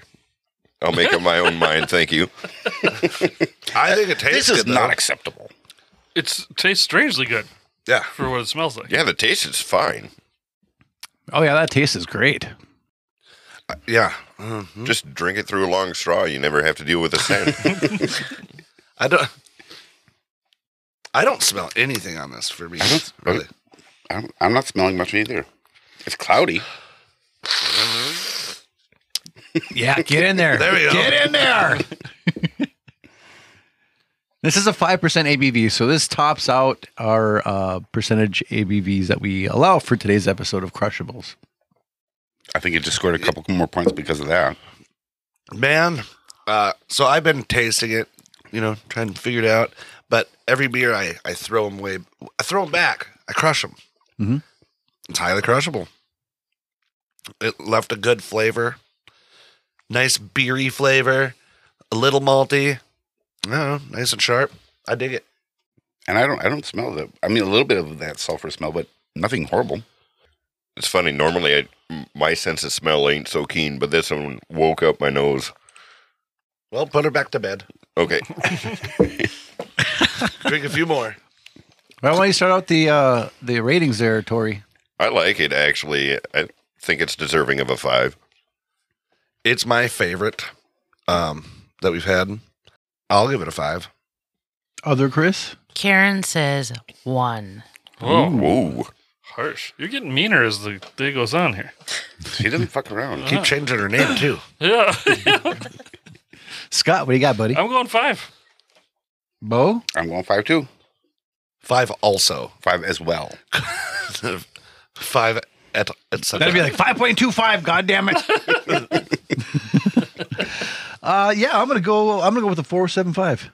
Speaker 6: I'll make up my
Speaker 10: <laughs>
Speaker 6: own mind. Thank you.
Speaker 5: <laughs> I think it tastes
Speaker 10: This is
Speaker 5: good, though.
Speaker 10: not acceptable.
Speaker 11: It's tastes strangely good
Speaker 5: Yeah.
Speaker 11: for what it smells like.
Speaker 6: Yeah, the taste is fine.
Speaker 1: <laughs> Oh yeah, that taste is great.
Speaker 5: Yeah. Mm-hmm.
Speaker 6: Just drink it through a long straw. You never have to deal
Speaker 10: <laughs>
Speaker 6: with a scent.
Speaker 5: I don't. I don't smell anything on this for me.
Speaker 10: I don't,
Speaker 5: Really.
Speaker 10: I'm, I'm not smelling much either. It's cloudy.
Speaker 1: Yeah, get in there.
Speaker 5: There we go.
Speaker 1: Get in there. <laughs> this is a 5% ABV. So this tops out our uh, percentage ABVs that we allow for today's episode of Crushables.
Speaker 10: I think it just scored a couple more points because of that.
Speaker 5: man. Uh, so I've been tasting it, you know, trying to figure it out. But every beer, I I throw them way, I throw them back, I crush them.
Speaker 1: Mhm.
Speaker 5: It's highly crushable. It left a good flavor, nice beery flavor, a little malty. I don't know, nice and sharp. I dig it.
Speaker 10: And I don't I don't smell the I mean a little bit of that sulfur smell, but nothing horrible.
Speaker 6: it's funny. Normally, I, m- my sense of smell ain't so keen, but this one woke up my nose.
Speaker 5: Well, put her back to bed.
Speaker 6: Okay,
Speaker 5: Drink a few more.
Speaker 1: Well, why don't you start out the uh, the ratings there, Tori?
Speaker 6: I like it actually. I think it's deserving of a five.
Speaker 5: It's my favorite um, that we've had. I'll give it a five.
Speaker 1: Other Chris?
Speaker 8: Karen says one.
Speaker 11: Whoa,
Speaker 6: Whoa.
Speaker 11: harsh! You're getting meaner as the day goes on here.
Speaker 10: She doesn't fuck around.
Speaker 5: Keep changing her name too.
Speaker 11: Yeah, <laughs>
Speaker 1: Scott, what do you got, buddy?
Speaker 11: I'm going five.
Speaker 1: Bo?
Speaker 10: I'm going five too.
Speaker 5: Five also.
Speaker 10: Five as well.
Speaker 5: five at, at some
Speaker 1: That'd be like 5.25, God damn it. <laughs> uh, yeah, I'm gonna go I'm gonna go with a four seven five.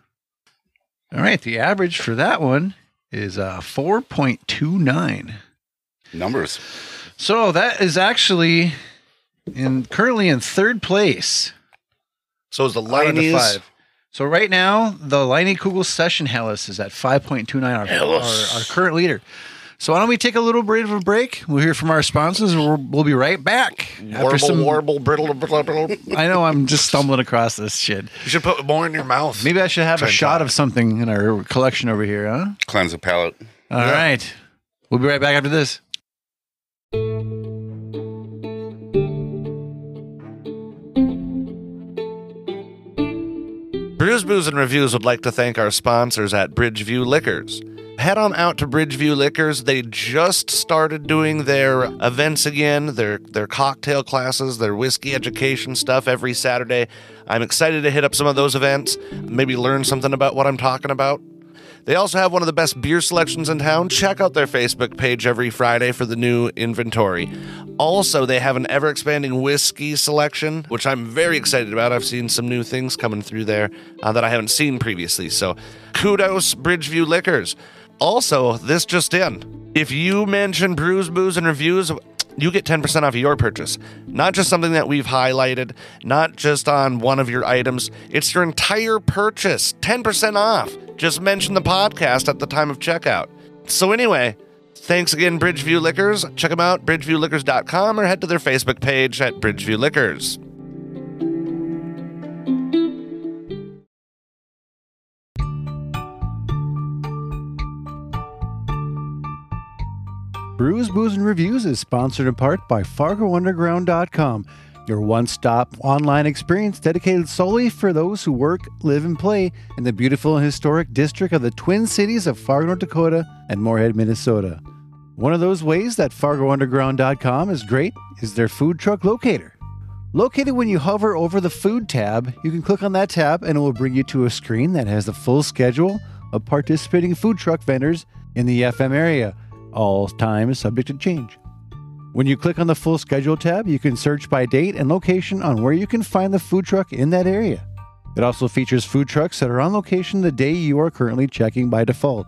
Speaker 1: All right, the average for that one is uh four point two nine.
Speaker 10: Numbers.
Speaker 1: So that is actually in currently in third place.
Speaker 5: So is the
Speaker 1: out of the
Speaker 5: Liney's.
Speaker 1: So right now, the Liney Kugel Session Hellas is at 5.29, our, our,
Speaker 10: Hellas.
Speaker 1: our current leader. So why don't we take a little bit of a break? We'll hear from our sponsors. and We'll, we'll be right back.
Speaker 5: Warble, warble, brittle, brittle, brittle. You
Speaker 1: I know I'm just stumbling across this shit.
Speaker 5: should put more in your mouth.
Speaker 1: Maybe I should have a
Speaker 5: Try and
Speaker 1: shot of something in our collection over here, huh?
Speaker 10: Cleanse the palate.
Speaker 1: All right. We'll be right back after this.
Speaker 5: Brews, Booze, and Reviews would like to thank our sponsors at Bridgeview Liquors. Head on out to Bridgeview Liquors. They just started doing their events again, their their cocktail classes, their whiskey education stuff every Saturday. I'm excited to hit up some of those events, maybe learn something about what I'm talking about. They also have one of the best beer selections in town. Check out their Facebook page every Friday for the new inventory. Also, they have an ever expanding whiskey selection, which I'm very excited about. I've seen some new things coming through there uh, that I haven't seen previously. So, kudos, Bridgeview Liquors. Also, this just in if you mention brews, booze, and reviews, you get 10% off your purchase. Not just something that we've highlighted, not just on one of your items, it's your entire purchase, 10% off. Just mention the podcast at the time of checkout. So, anyway, thanks again, Bridgeview Liquors. Check them out, bridgeviewliquors.com, or head to their Facebook page at Bridgeview Liquors.
Speaker 1: Brews, Booze, and Reviews is sponsored in part by FargoUnderground.com, your one stop online experience dedicated solely for those who work, live, and play in the beautiful and historic district of the Twin Cities of Fargo, North Dakota, and Moorhead, Minnesota. One of those ways that FargoUnderground.com is great is their food truck locator. Located when you hover over the food tab, you can click on that tab and it will bring you to a screen that has the full schedule of participating food truck vendors in the FM area. All time is subject to change. When you click on the full schedule tab, you can search by date and location on where you can find the food truck in that area. It also features food trucks that are on location the day you are currently checking by default.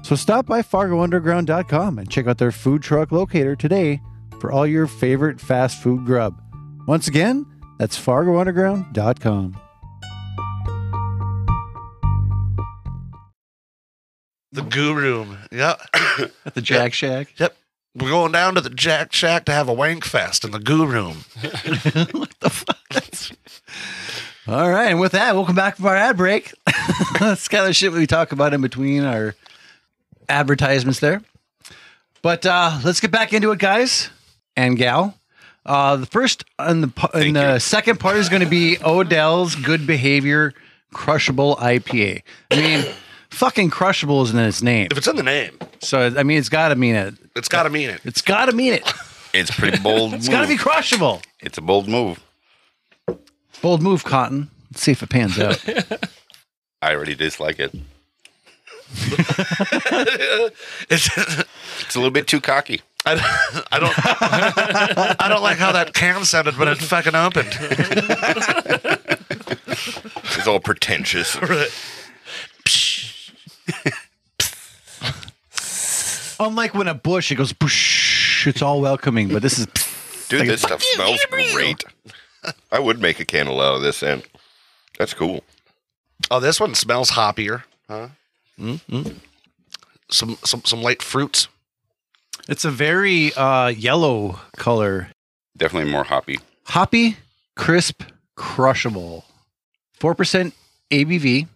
Speaker 1: So stop by fargounderground.com and check out their food truck locator today for all your favorite fast food grub. Once again, that's fargounderground.com.
Speaker 5: The goo room. Yeah.
Speaker 1: At the Jack Shack.
Speaker 5: Yep. We're going down to the Jack Shack to have a wank fest in the goo room. <laughs>
Speaker 1: All right, and with that, welcome back from our ad break. <laughs> That's kind of shit we talk about in between our advertisements there. But uh, let's get back into it, guys and gal. Uh, the first and the, pa- and the second part is going to be Odell's Good Behavior Crushable IPA. I mean, fucking crushable is in its name.
Speaker 5: If it's in the name,
Speaker 1: so I mean, it's got to mean it.
Speaker 5: It's got to mean it.
Speaker 1: It's got to mean it.
Speaker 10: <laughs> It's pretty bold.
Speaker 1: It's got to be
Speaker 10: move.
Speaker 1: crushable.
Speaker 10: It's a bold move.
Speaker 1: Bold move, Cotton. Let's see if it pans <laughs> out.
Speaker 10: I already
Speaker 6: <laughs>
Speaker 10: dislike it. <laughs>
Speaker 5: it's,
Speaker 10: it's a little bit too cocky.
Speaker 5: I, don't- <laughs> I don't. I don't like how that can sounded when it fucking opened.
Speaker 6: It's all pretentious.
Speaker 1: Unlike when a bush, it goes, "Poosh," it's all welcoming, but this is.
Speaker 6: Dude,
Speaker 1: Like,
Speaker 6: this stuff smells great. I would make a candle out of this, and that's cool.
Speaker 5: Oh, this one smells hoppier, huh? Mm-hmm. Some some some light fruits.
Speaker 1: It's a very uh, yellow color.
Speaker 10: Definitely more hoppy.
Speaker 1: Hoppy, crisp, crushable. 4% ABV.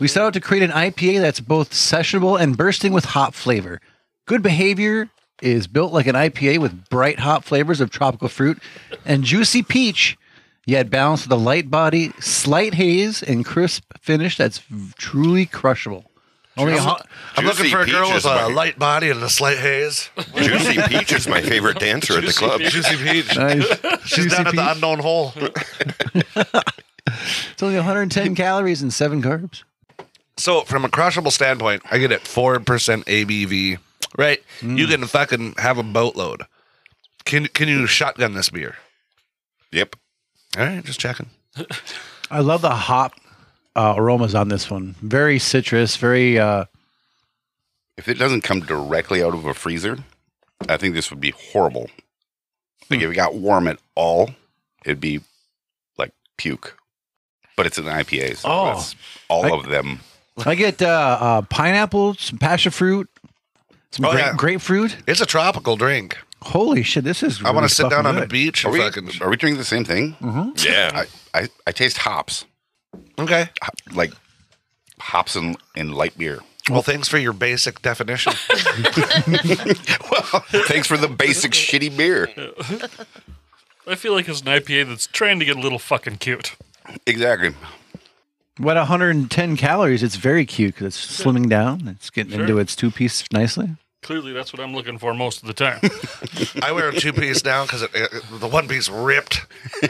Speaker 1: We set out to create an IPA that's both sessionable and bursting with hop flavor. Good behavior is built like an IPA with bright hop flavors of tropical fruit and juicy peach, yet balanced with a light body, slight haze, and crisp finish that's truly crushable. Only a
Speaker 5: I'm,
Speaker 1: ho-
Speaker 5: I'm looking
Speaker 6: Juicy
Speaker 5: for a girl
Speaker 6: peach is
Speaker 5: with a
Speaker 6: my-
Speaker 5: light body and a slight haze.
Speaker 6: Juicy Peach is
Speaker 1: <laughs>
Speaker 6: my favorite dancer at the club.
Speaker 5: Juicy peach.
Speaker 1: Nice.
Speaker 5: <laughs> <laughs> She's down at the unknown hole.
Speaker 1: it's only 110 calories and seven carbs.
Speaker 5: So, from a crushable standpoint, I get it four percent ABV. Right? You can fucking have a boatload. Can can you shotgun this beer?
Speaker 6: Yep.
Speaker 5: All right, just checking.
Speaker 1: I love the hop uh, aromas on this one. Very citrus, very uh,
Speaker 10: If it doesn't come directly out of a freezer, I think this would be horrible.
Speaker 6: Hmm.
Speaker 10: Like if it got warm at all, it'd be like puke. But it's an IPA, so
Speaker 1: Oh.
Speaker 10: that's all
Speaker 1: I-
Speaker 10: of them.
Speaker 1: I get uh, uh, pineapple, some passion fruit, some
Speaker 5: Oh,
Speaker 1: grape,
Speaker 5: yeah.
Speaker 1: grapefruit.
Speaker 5: It's a tropical drink.
Speaker 1: Holy shit, this is.
Speaker 5: I want to sit down on the
Speaker 1: the
Speaker 5: beach
Speaker 10: Are
Speaker 5: and
Speaker 10: we,
Speaker 5: fucking.
Speaker 10: are we drinking the same thing?
Speaker 1: Mhm.
Speaker 6: Yeah.
Speaker 10: I, I, I taste hops,
Speaker 5: Okay.
Speaker 10: like hops in, in light beer.
Speaker 5: Well, thanks for your basic definition. <laughs>
Speaker 10: well, thanks for
Speaker 6: <laughs>
Speaker 10: the basic shitty beer.
Speaker 11: I feel like it's an IPA that's trying to get a little fucking cute.
Speaker 10: Exactly.
Speaker 1: What 110 calories? It's very cute because it's slimming down. It's getting
Speaker 11: Sure.
Speaker 1: into its two piece nicely.
Speaker 11: Clearly, that's what I'm looking for most of
Speaker 5: <laughs>
Speaker 11: the time.
Speaker 5: I wear a two piece now because it, it, the one piece ripped.
Speaker 1: <laughs>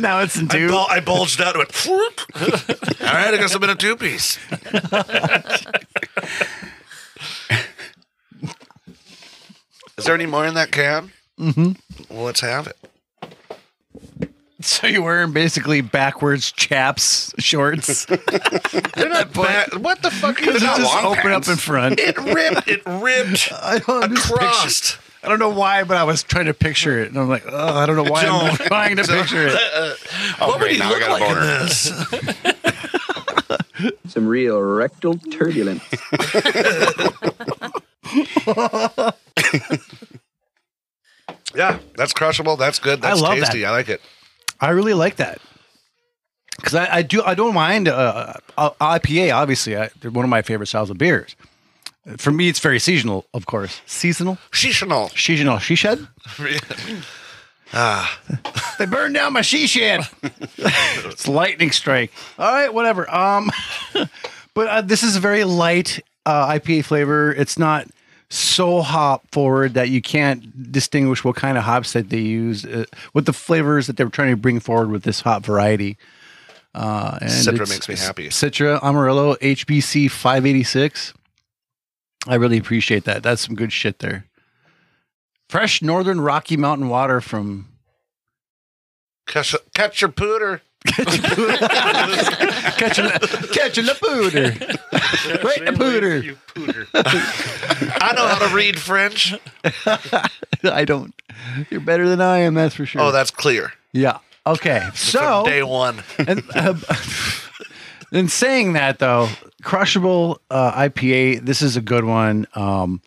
Speaker 1: now it's in
Speaker 5: I, bul- I bulged out and went. "Whoop."
Speaker 1: <laughs>
Speaker 5: All right, I guess I'm in a two piece. Is there any more in that can?
Speaker 1: Mm-hmm.
Speaker 5: Well, let's have it.
Speaker 1: So you're wearing basically backwards chaps shorts.
Speaker 5: <laughs> They're not bad. What the fuck?
Speaker 1: Because
Speaker 5: is
Speaker 1: it's
Speaker 5: that?
Speaker 1: just open up in front.
Speaker 5: It ripped. It ripped
Speaker 1: <laughs> I don't just picture-
Speaker 5: across.
Speaker 1: I don't know why, but I was trying to picture it, and I'm like, oh, I don't know why I'm <laughs>
Speaker 5: Don't.
Speaker 1: trying to
Speaker 5: Don't.
Speaker 1: picture it.
Speaker 10: Oh,
Speaker 5: What would
Speaker 10: great.
Speaker 5: he
Speaker 10: Now I
Speaker 5: look
Speaker 10: got a
Speaker 5: like in
Speaker 10: boner.
Speaker 5: this?
Speaker 9: Some real rectal turbulence.
Speaker 5: Yeah, that's crushable. That's good.
Speaker 1: I
Speaker 5: That's
Speaker 1: love
Speaker 5: tasty.
Speaker 1: that.
Speaker 5: I like it.
Speaker 1: I really like that because I, I do. I don't mind uh, uh, IPA. Obviously, I, they're one of my favorite styles of beers. For me, it's very seasonal, of course. Seasonal, <laughs>
Speaker 5: Seasonal.
Speaker 1: seasonal. She shed.
Speaker 5: ah,
Speaker 1: They burned down my she
Speaker 5: <laughs>
Speaker 1: shed. it's lightning strike. All right, whatever. <laughs> Um, but uh, this is a very light uh, IPA flavor. It's not so hop forward that you can't distinguish what kind of hops that they use, uh, what the flavors that they were trying to bring forward with this hop variety. Uh, and
Speaker 5: Citra
Speaker 1: it's-
Speaker 5: makes me happy.
Speaker 1: Citra Amarillo HBC 586. I really appreciate that. That's some good shit there. Fresh Northern Rocky Mountain water from
Speaker 5: Catch, catch your pooter.
Speaker 1: catching catching the <laughs> pooter. Right the pooter.
Speaker 5: I know how to
Speaker 1: <laughs>
Speaker 5: read French.
Speaker 1: I don't. You're better than I am, that's for sure.
Speaker 5: Oh, that's clear.
Speaker 1: yeah. Okay. So
Speaker 5: From day one.
Speaker 1: and, uh, <laughs> in saying that though, crushable uh, IPA. This is a good one. Um,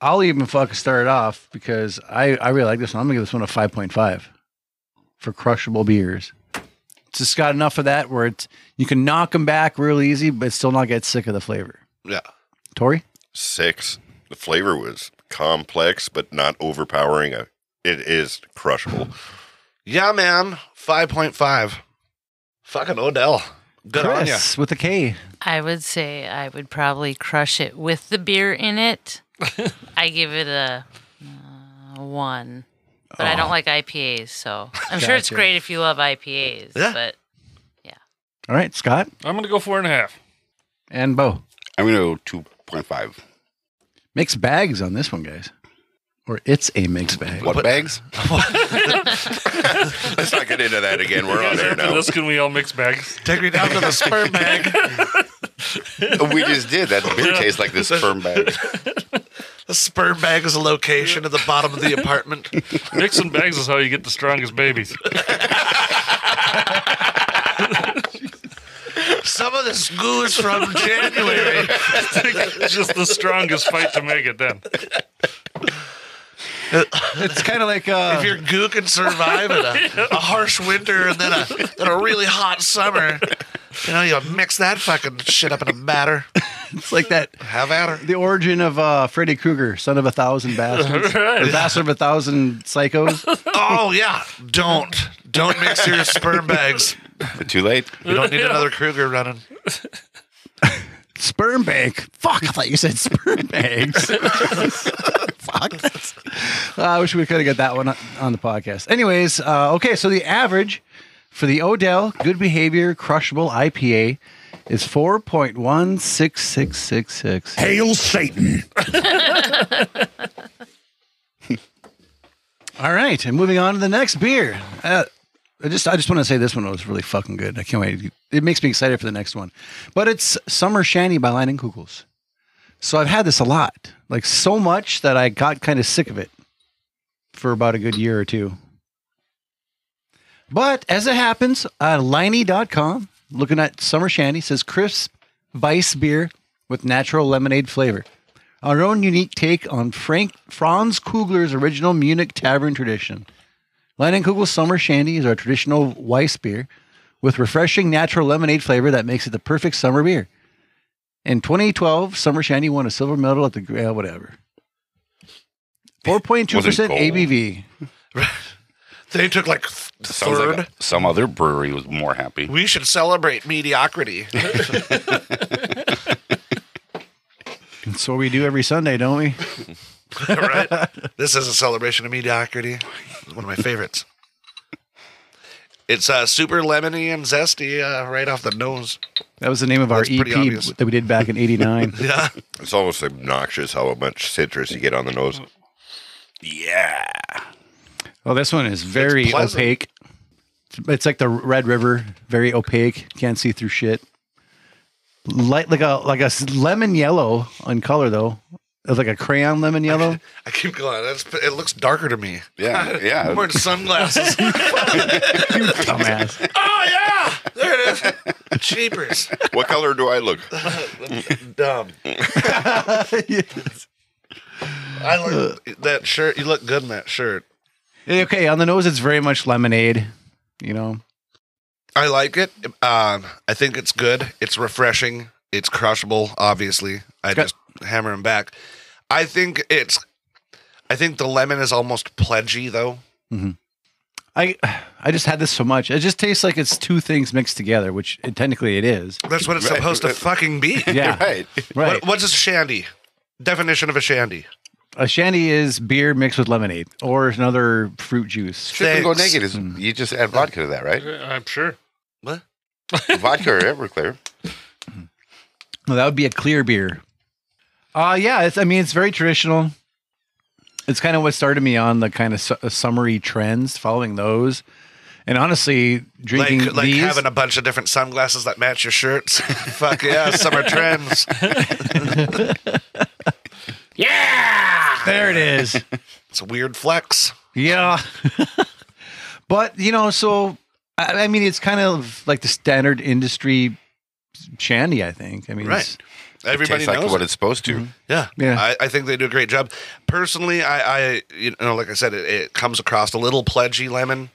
Speaker 1: I'll even fuck start it off because I I really like this one. I'm gonna give this one a five point five for crushable beers. It's just got enough of that where it's you can knock them back real easy, but still not get sick of the flavor.
Speaker 5: Yeah.
Speaker 1: Tori,
Speaker 6: Six. The flavor was complex but not overpowering. Uh, It is crushable.
Speaker 5: Yeah, man. 5.5. Fucking Odell. Good on ya.
Speaker 1: Chris with a K.
Speaker 8: I would say I would probably crush it with the beer in
Speaker 11: <laughs>
Speaker 8: it. I give it a uh, one, but I don't like IPAs, so I'm sure it's
Speaker 11: Gotcha.
Speaker 8: great if you love IPAs. But
Speaker 1: All right, Scott
Speaker 11: I'm gonna go four and
Speaker 5: <laughs>
Speaker 11: a half.
Speaker 1: and Bo.
Speaker 10: I'm gonna go two point five.
Speaker 1: Mixed bags on this one, guys. Or it's a mixed bag.
Speaker 6: <laughs>
Speaker 10: What bags?
Speaker 6: Let's not get into that again. We're on
Speaker 11: Guys,
Speaker 6: air
Speaker 11: after
Speaker 6: now.
Speaker 11: this, can we all mix bags?
Speaker 5: Take me down to the <laughs> sperm bag.
Speaker 10: we just did. That beer tastes like this
Speaker 6: <laughs>
Speaker 10: sperm bag.
Speaker 5: The sperm bag is a location at the bottom of the apartment.
Speaker 11: Mixing bags is how you get the strongest babies. <laughs>
Speaker 5: Some of this goo is from January.
Speaker 11: it's just the strongest fight to make it then.
Speaker 1: <laughs> It's kind of like uh,
Speaker 5: if your goo can survive in a, a harsh winter and then a, then a really hot summer, you know, you mix that fucking shit up in a batter.
Speaker 10: uh,
Speaker 1: It's like that.
Speaker 5: Have at her.
Speaker 1: The origin of uh, Freddy Krueger, son of a thousand
Speaker 10: <laughs>
Speaker 1: bastards,
Speaker 5: Right.
Speaker 1: or bastard of a thousand psychos.
Speaker 5: Oh yeah, don't don't mix your sperm bags.
Speaker 10: Too late.
Speaker 5: We don't need another Kruger running.
Speaker 1: sperm bank. Fuck, I thought you said sperm banks. Fuck. Uh, I wish we could have got that one on- on the podcast. Anyways, uh, okay, so the average for the Odell Good Behavior Crushable IPA is 4.16666. Hail Satan. <laughs> All right, and moving on to the next beer. Uh, I just I just want to say this one was really fucking good. I can't wait. It makes me excited for the next one. But it's Summer Shanty by Lion and Kugels. So I've had this a lot, like so much that I got kind of sick of it for about a good year or two. But as it happens, uh, liney.com, looking at Summer Shanty, says crisp vice beer with natural lemonade flavor. Our own unique take on Frank Franz Kugler's original Munich tavern tradition. Leinenkugel Summer Shandy is our traditional Weiss beer with refreshing natural lemonade flavor that makes it the perfect summer beer. In 2012, Summer Shandy won a silver medal at the uh, whatever. 4.2%
Speaker 10: Wasn't gold.
Speaker 1: ABV.
Speaker 5: They took like th-
Speaker 10: Sounds
Speaker 5: third.
Speaker 10: like some other brewery was more happy.
Speaker 5: we should celebrate mediocrity. <laughs>
Speaker 1: That's what we do every Sunday, don't we?
Speaker 10: <laughs>
Speaker 5: right? This is a celebration of mediocrity. It's one of my favorites. It's uh, super lemony and zesty uh, right off the nose.
Speaker 1: That was the name of
Speaker 5: That's
Speaker 1: our
Speaker 5: pretty
Speaker 1: EP
Speaker 5: obvious.
Speaker 1: that we did back in 89.
Speaker 5: <laughs> Yeah.
Speaker 6: It's almost obnoxious how much citrus you get on the nose.
Speaker 10: Yeah.
Speaker 1: well, this one is very
Speaker 6: pleasant.
Speaker 1: opaque. It's like the Red River, very opaque, can't see through shit. Light like a like a s- lemon yellow in color though. It's like a crayon lemon
Speaker 5: <laughs>
Speaker 1: yellow.
Speaker 5: I keep going. That's, it looks darker to me.
Speaker 10: Yeah, yeah.
Speaker 5: I'm wearing
Speaker 10: <laughs>
Speaker 5: sunglasses.
Speaker 1: Dumbass.
Speaker 5: oh, yeah. There it is. Cheapers.
Speaker 6: What color do I look?
Speaker 10: <laughs>
Speaker 5: Dumb. I look, that shirt. You look good in that shirt.
Speaker 1: okay, on the nose it's very much lemonade, you know.
Speaker 5: I like it. Um, I think it's good. It's refreshing. It's crushable. Obviously, I just hammer him back. I think it's. I think the lemon is almost pledgy though.
Speaker 1: I I just had this so much. It just tastes like it's two things mixed together, which it, technically it
Speaker 5: <laughs>
Speaker 1: is.
Speaker 5: That's what it's
Speaker 10: Right.
Speaker 5: supposed to fucking be.
Speaker 1: Yeah.
Speaker 10: Right.
Speaker 1: Right.
Speaker 5: What, what's a shandy? Definition of a shandy.
Speaker 1: A shandy is beer mixed with lemonade or another fruit juice.
Speaker 10: Shouldn't go naked. Is,
Speaker 1: Mm.
Speaker 10: You just add vodka to
Speaker 5: <laughs>
Speaker 10: that, right?
Speaker 11: I'm sure.
Speaker 5: What?
Speaker 10: vodka or Everclear.
Speaker 1: No, that would be a clear beer. Uh yeah, it's I mean it's very traditional. It's kind of what started me on the kind of su- uh, summery trends, following those. And honestly, drinking
Speaker 5: like like
Speaker 1: these,
Speaker 5: having a bunch of different sunglasses that match your shirts. <laughs> Fuck yeah, summer trends.
Speaker 1: yeah, there it is.
Speaker 5: It's a weird flex.
Speaker 1: Yeah. <laughs> but, you know, so, I, I mean, it's kind of like the standard industry shandy, I think. I mean,
Speaker 5: Right.
Speaker 1: it's-
Speaker 5: Everybody
Speaker 10: it tastes
Speaker 5: knows
Speaker 10: like what
Speaker 5: it.
Speaker 10: it's supposed
Speaker 1: Mm-hmm.
Speaker 10: to.
Speaker 5: Yeah,
Speaker 1: Yeah.
Speaker 5: I, I think they do a great job. Personally, I, I you know, like I said, it, it comes across a little pledgy lemon.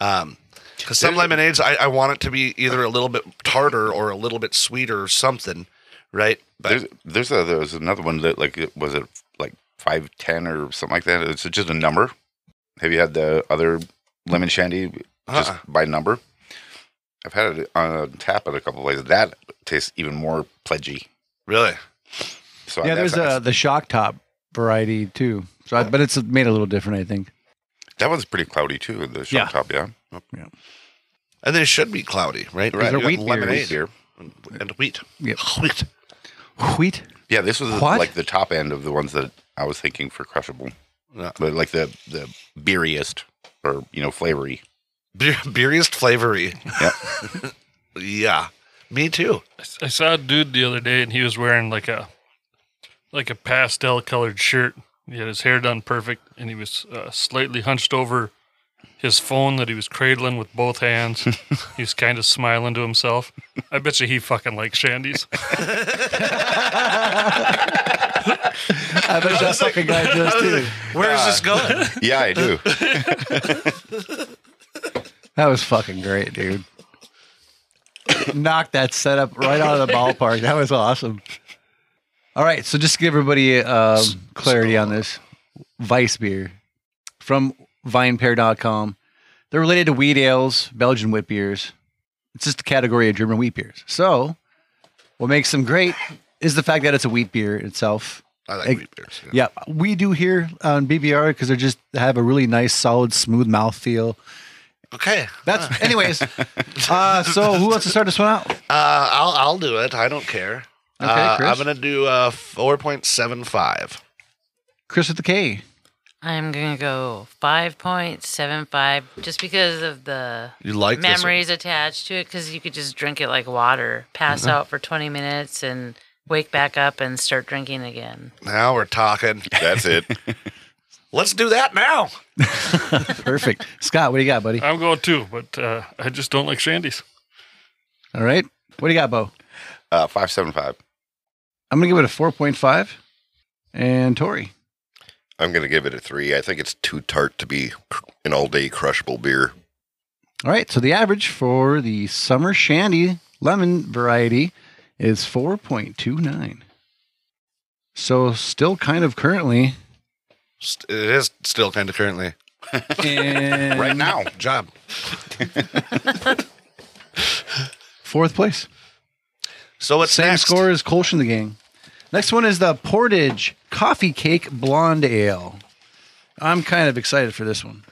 Speaker 5: Um, because some lemonades, I, I want it to be either a little bit tartar or a little bit sweeter or something, right?
Speaker 10: There's there's a, there was another one that like it- was it like five ten or something like that. It's just a number. Have you had the other lemon shandy just
Speaker 5: Uh-uh.
Speaker 10: by number? I've had it on tap at a couple places. That tastes even more pledgy.
Speaker 5: Really?
Speaker 10: So
Speaker 1: yeah,
Speaker 10: that's-
Speaker 1: there's a, the shock top variety too. So, I, but it's made a little different, I think.
Speaker 10: that one's pretty cloudy too. The shop
Speaker 1: Yeah.
Speaker 10: top, yeah.
Speaker 1: Yeah.
Speaker 5: And they should be cloudy, right?
Speaker 1: These are
Speaker 5: You got
Speaker 1: wheat beers.
Speaker 5: lemonade
Speaker 10: Here.
Speaker 5: and wheat.
Speaker 1: Yep.
Speaker 5: Wheat. <laughs>
Speaker 1: Wheat?
Speaker 10: Yeah, this was
Speaker 1: What?
Speaker 10: like the top end of the ones that I was thinking for crushable,
Speaker 5: Yeah.
Speaker 10: but like the the beeriest or you know flavory.
Speaker 5: Be- beeriest flavory. <laughs> yeah, me too.
Speaker 11: I saw a dude the other day, and he was wearing like a like a pastel colored shirt. He had his hair done perfect, and he was uh, slightly hunched over his phone that he was cradling with both hands.
Speaker 6: <laughs>
Speaker 11: he was kind of smiling to himself. I bet you he fucking likes shandies.
Speaker 1: I bet that fucking guy does too.
Speaker 5: Where
Speaker 1: Uh,
Speaker 5: is this going?
Speaker 1: <laughs>
Speaker 10: Yeah, I do.
Speaker 1: That was fucking great, dude. Knocked that setup right out of the ballpark. That was awesome. All right, so just to give everybody um, clarity on this, Vice beer from VinePair.com. They're related to wheat ales, Belgian wheat beers. It's just a category of German wheat beers. So, what makes them great is the fact that it's a wheat beer itself.
Speaker 5: I like
Speaker 1: It-
Speaker 5: wheat beers. yeah.
Speaker 1: yeah, we do here on BBR because they just have a really nice, solid, smooth mouthfeel.
Speaker 5: Okay.
Speaker 1: That's
Speaker 5: <laughs>
Speaker 1: anyways. uh, so who wants to start this one out?
Speaker 5: Uh, I'll I'll do it. I don't care.
Speaker 1: Okay,
Speaker 5: Uh,
Speaker 1: Chris?
Speaker 5: I'm gonna do uh, four point seven five.
Speaker 1: Chris with the K.
Speaker 8: I'm gonna go five point seven five, just because of the
Speaker 5: You like this one.
Speaker 8: memories attached to it. Because you could just drink it like water, pass
Speaker 10: Mm-hmm.
Speaker 5: Mhm.
Speaker 8: out for twenty minutes, and wake back up and start drinking again.
Speaker 5: Now we're talking.
Speaker 10: That's it.
Speaker 5: Let's do that now.
Speaker 1: Perfect. <laughs> Scott, what do you got, buddy?
Speaker 11: I'm going too, but uh, I just don't like shandies.
Speaker 1: All right. What do you got, Bo?
Speaker 10: Uh, five seven five.
Speaker 1: I'm gonna give it a four point five. And Tori.
Speaker 6: I'm going to give it a three. I think it's too tart to be cr- an all day crushable beer.
Speaker 1: All right. So the average for the summer shandy lemon variety is four point two nine. So still kind of currently
Speaker 5: St- It is still kind of currently <laughs>
Speaker 1: in
Speaker 10: Right now,
Speaker 5: job.
Speaker 1: fourth place.
Speaker 5: So what's
Speaker 1: Same
Speaker 5: next?
Speaker 1: score as Kolsch in the gang. Next one is the Portage Coffee Cake Blonde Ale. I'm kind of excited for this one.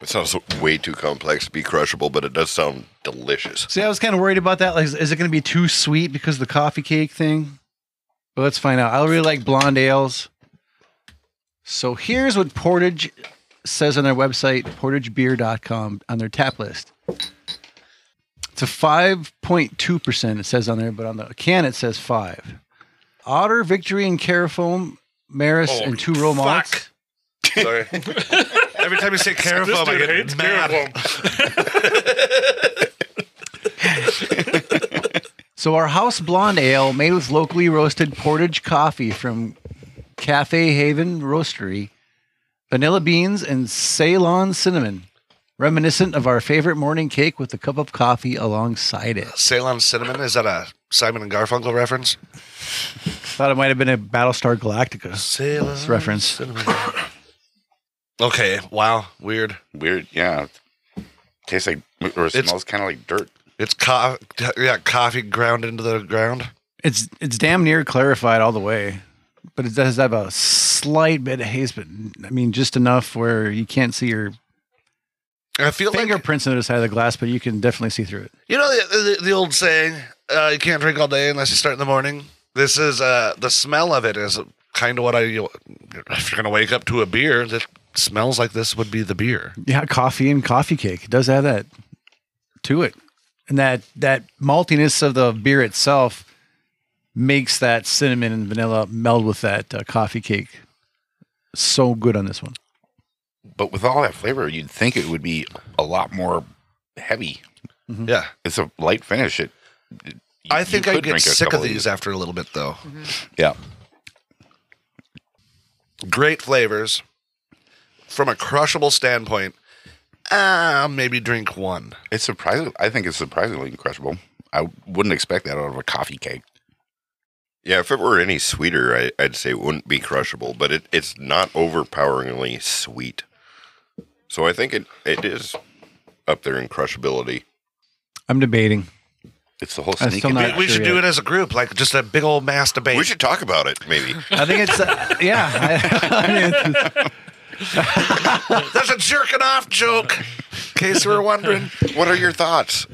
Speaker 6: It sounds way too complex to be crushable, but it does sound delicious.
Speaker 1: See, I was kind of worried about that. Like, is, is it going to be too sweet because of the coffee cake thing? But let's find out. I really like blonde ales. So here's what Portage says on their website, portagebeer.com, on their tap list. It's a 5.2%, it says on there, but on the can it says 5. Otter, Victory, and Carafoam, Maris,
Speaker 5: Oh,
Speaker 1: and two row malts.
Speaker 5: <laughs> Sorry. Every time you say
Speaker 11: This
Speaker 5: carafoam, I
Speaker 11: dude
Speaker 5: get
Speaker 11: hates
Speaker 5: mad.
Speaker 11: Carafoam.
Speaker 1: So our house blonde ale made with locally roasted Portage coffee from Cafe Haven Roastery, vanilla beans and Ceylon cinnamon, reminiscent of our favorite morning cake with a cup of coffee alongside it.
Speaker 5: Ceylon cinnamon is that a Simon and Garfunkel reference?
Speaker 1: Thought it might have been a Battlestar Galactica
Speaker 5: Ceylon
Speaker 1: reference.
Speaker 5: Okay. Wow. Weird.
Speaker 10: Weird. Yeah. Tastes like or
Speaker 5: It's-
Speaker 10: smells kind of like dirt.
Speaker 5: It's co- yeah, coffee ground into the ground.
Speaker 1: It's it's damn near clarified all the way. but it does have a slight bit of haze, but I mean just enough where you can't see your
Speaker 5: I feel
Speaker 1: fingerprints on the other side of the glass, but you can definitely see through it.
Speaker 5: You know the the, the old saying, uh, you can't drink all day unless you start in the morning. This is uh, the smell of it is kind of what I. If you're gonna wake up to a beer that smells like this, would be the beer.
Speaker 1: Yeah, coffee and coffee cake. It does have that to it. And that that maltiness of the beer itself makes that cinnamon and vanilla meld with that uh, coffee cake. So good on this one.
Speaker 10: But with all that flavor, you'd think it would be a lot more heavy.
Speaker 5: Yeah,
Speaker 10: it's a light finish. It. it-
Speaker 5: I
Speaker 10: you
Speaker 5: think
Speaker 10: could
Speaker 5: I get
Speaker 10: drink a
Speaker 5: sick of
Speaker 10: couple
Speaker 5: these after a little bit, though.
Speaker 10: Yeah.
Speaker 5: Great flavors. From a crushable standpoint, uh, maybe drink one.
Speaker 10: It's surprising. I think it's surprisingly crushable. I wouldn't expect that out of a coffee cake.
Speaker 6: Yeah, if it were any sweeter, I, I'd say it wouldn't be crushable, but it, it's not overpoweringly sweet. So I think it, it is up there in crushability.
Speaker 1: I'm debating.
Speaker 10: It's the whole
Speaker 1: I'm still not
Speaker 5: we
Speaker 1: sure
Speaker 5: should
Speaker 1: yet.
Speaker 5: do it as a group, like just a big old mass debate. We
Speaker 6: should talk about it, maybe.
Speaker 1: I think it's uh, <laughs> yeah. I, I mean,
Speaker 5: That's a jerking off joke. In case you were wondering,
Speaker 6: what are your thoughts?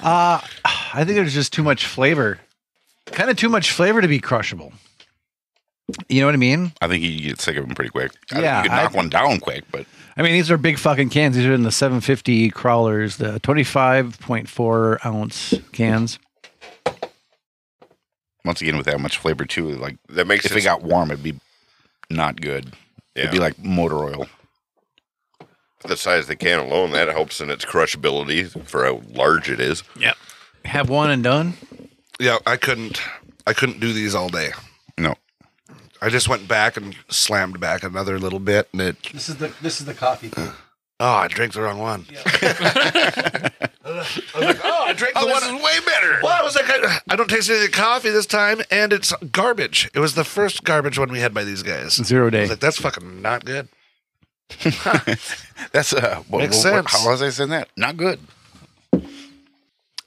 Speaker 1: Uh, I think there's just too much flavor. Kind of too much flavor to be crushable. You know what I mean?
Speaker 10: I think you get sick of them pretty quick. I
Speaker 1: Yeah,
Speaker 10: think you could knock
Speaker 1: I-
Speaker 10: one down quick, but
Speaker 1: I mean, these are big fucking cans. These are in the 750 crawlers, the 25.4 ounce cans.
Speaker 10: once again, with that much flavor too, like
Speaker 6: that makes
Speaker 10: if
Speaker 6: sense.
Speaker 10: it got warm, it'd be not good.
Speaker 6: Yeah.
Speaker 10: It'd be like motor oil.
Speaker 6: The size of the can alone, that helps in its crushability for how large it is.
Speaker 1: Yep. Have one and done.
Speaker 5: yeah, I couldn't, I couldn't do these all day.
Speaker 10: No.
Speaker 5: I just went back and slammed back another little bit, and it.
Speaker 1: This is the this is the coffee.
Speaker 5: Oh, I drank the wrong one. <laughs> I was like, oh, I drank the
Speaker 3: Oh,
Speaker 5: one.
Speaker 3: this is way better.
Speaker 5: Well, I was like, I, I don't taste any of the coffee this time, and it's garbage. It was the first garbage one we had by these guys.
Speaker 1: Zero
Speaker 5: I
Speaker 1: day.
Speaker 5: was like, that's fucking not good.
Speaker 10: <laughs> That's uh,
Speaker 5: Makes
Speaker 10: what, what- what-
Speaker 5: sense.
Speaker 10: How was I saying that? Not good.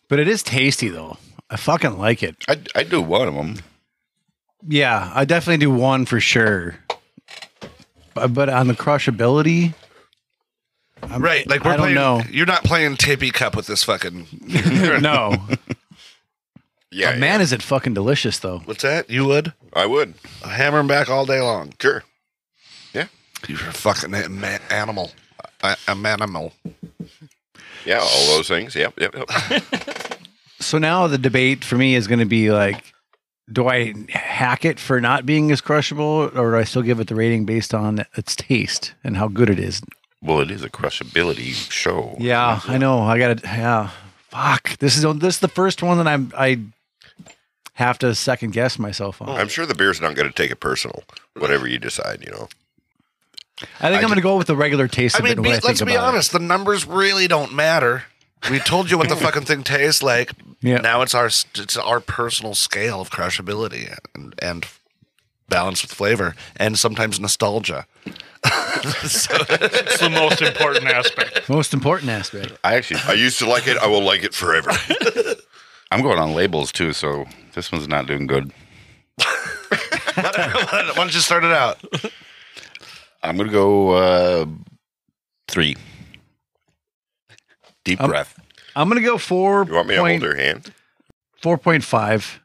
Speaker 1: But it is tasty though. I fucking like it.
Speaker 10: I I do one of them.
Speaker 1: Yeah, I definitely do one for sure. But, but on the crushability,
Speaker 5: right? Like we're
Speaker 1: I don't
Speaker 5: playing.
Speaker 1: know.
Speaker 5: You're not playing Tippy Cup with this fucking.
Speaker 1: no.
Speaker 6: Yeah,
Speaker 1: But man, is it fucking delicious though.
Speaker 5: What's that? You would?
Speaker 6: I would.
Speaker 5: I hammer him back all day long.
Speaker 6: Sure. Yeah.
Speaker 5: You're a fucking a- ma- animal. I, I'm animal.
Speaker 6: Yeah, all those things. Yep, yep, yep. <laughs>
Speaker 1: So now the debate for me is going to be like, do I hack it for not being as crushable, or do I still give it the rating based on its taste and how good it is?
Speaker 10: Well, it is a crushability show.
Speaker 1: Yeah, I know. I got to. Yeah, fuck. This is this is the first one that I'm I have to second guess myself on.
Speaker 6: I'm sure the beer's not going to take it personal, whatever you decide, you know.
Speaker 1: I think I am going to go with the regular taste
Speaker 5: I
Speaker 1: of it.
Speaker 5: mean,
Speaker 1: when
Speaker 5: be,
Speaker 1: I think
Speaker 5: let's
Speaker 1: about
Speaker 5: be
Speaker 1: it.
Speaker 5: honest. The numbers really don't matter. We told you what the fucking thing tastes like.
Speaker 1: Yeah.
Speaker 5: Now it's our it's our personal scale of crushability and and balance with flavor and sometimes nostalgia.
Speaker 11: it's the most important aspect.
Speaker 1: Most important aspect.
Speaker 10: I actually
Speaker 6: I used to like it. I will like it forever.
Speaker 10: I'm going on labels too, so this one's not doing good.
Speaker 5: Why don't you start it out?
Speaker 10: I'm gonna go uh, three. Deep
Speaker 1: Um,
Speaker 10: breath.
Speaker 1: I'm going to go four.
Speaker 10: You want me to
Speaker 1: point-
Speaker 10: hold her hand?
Speaker 1: Four point five.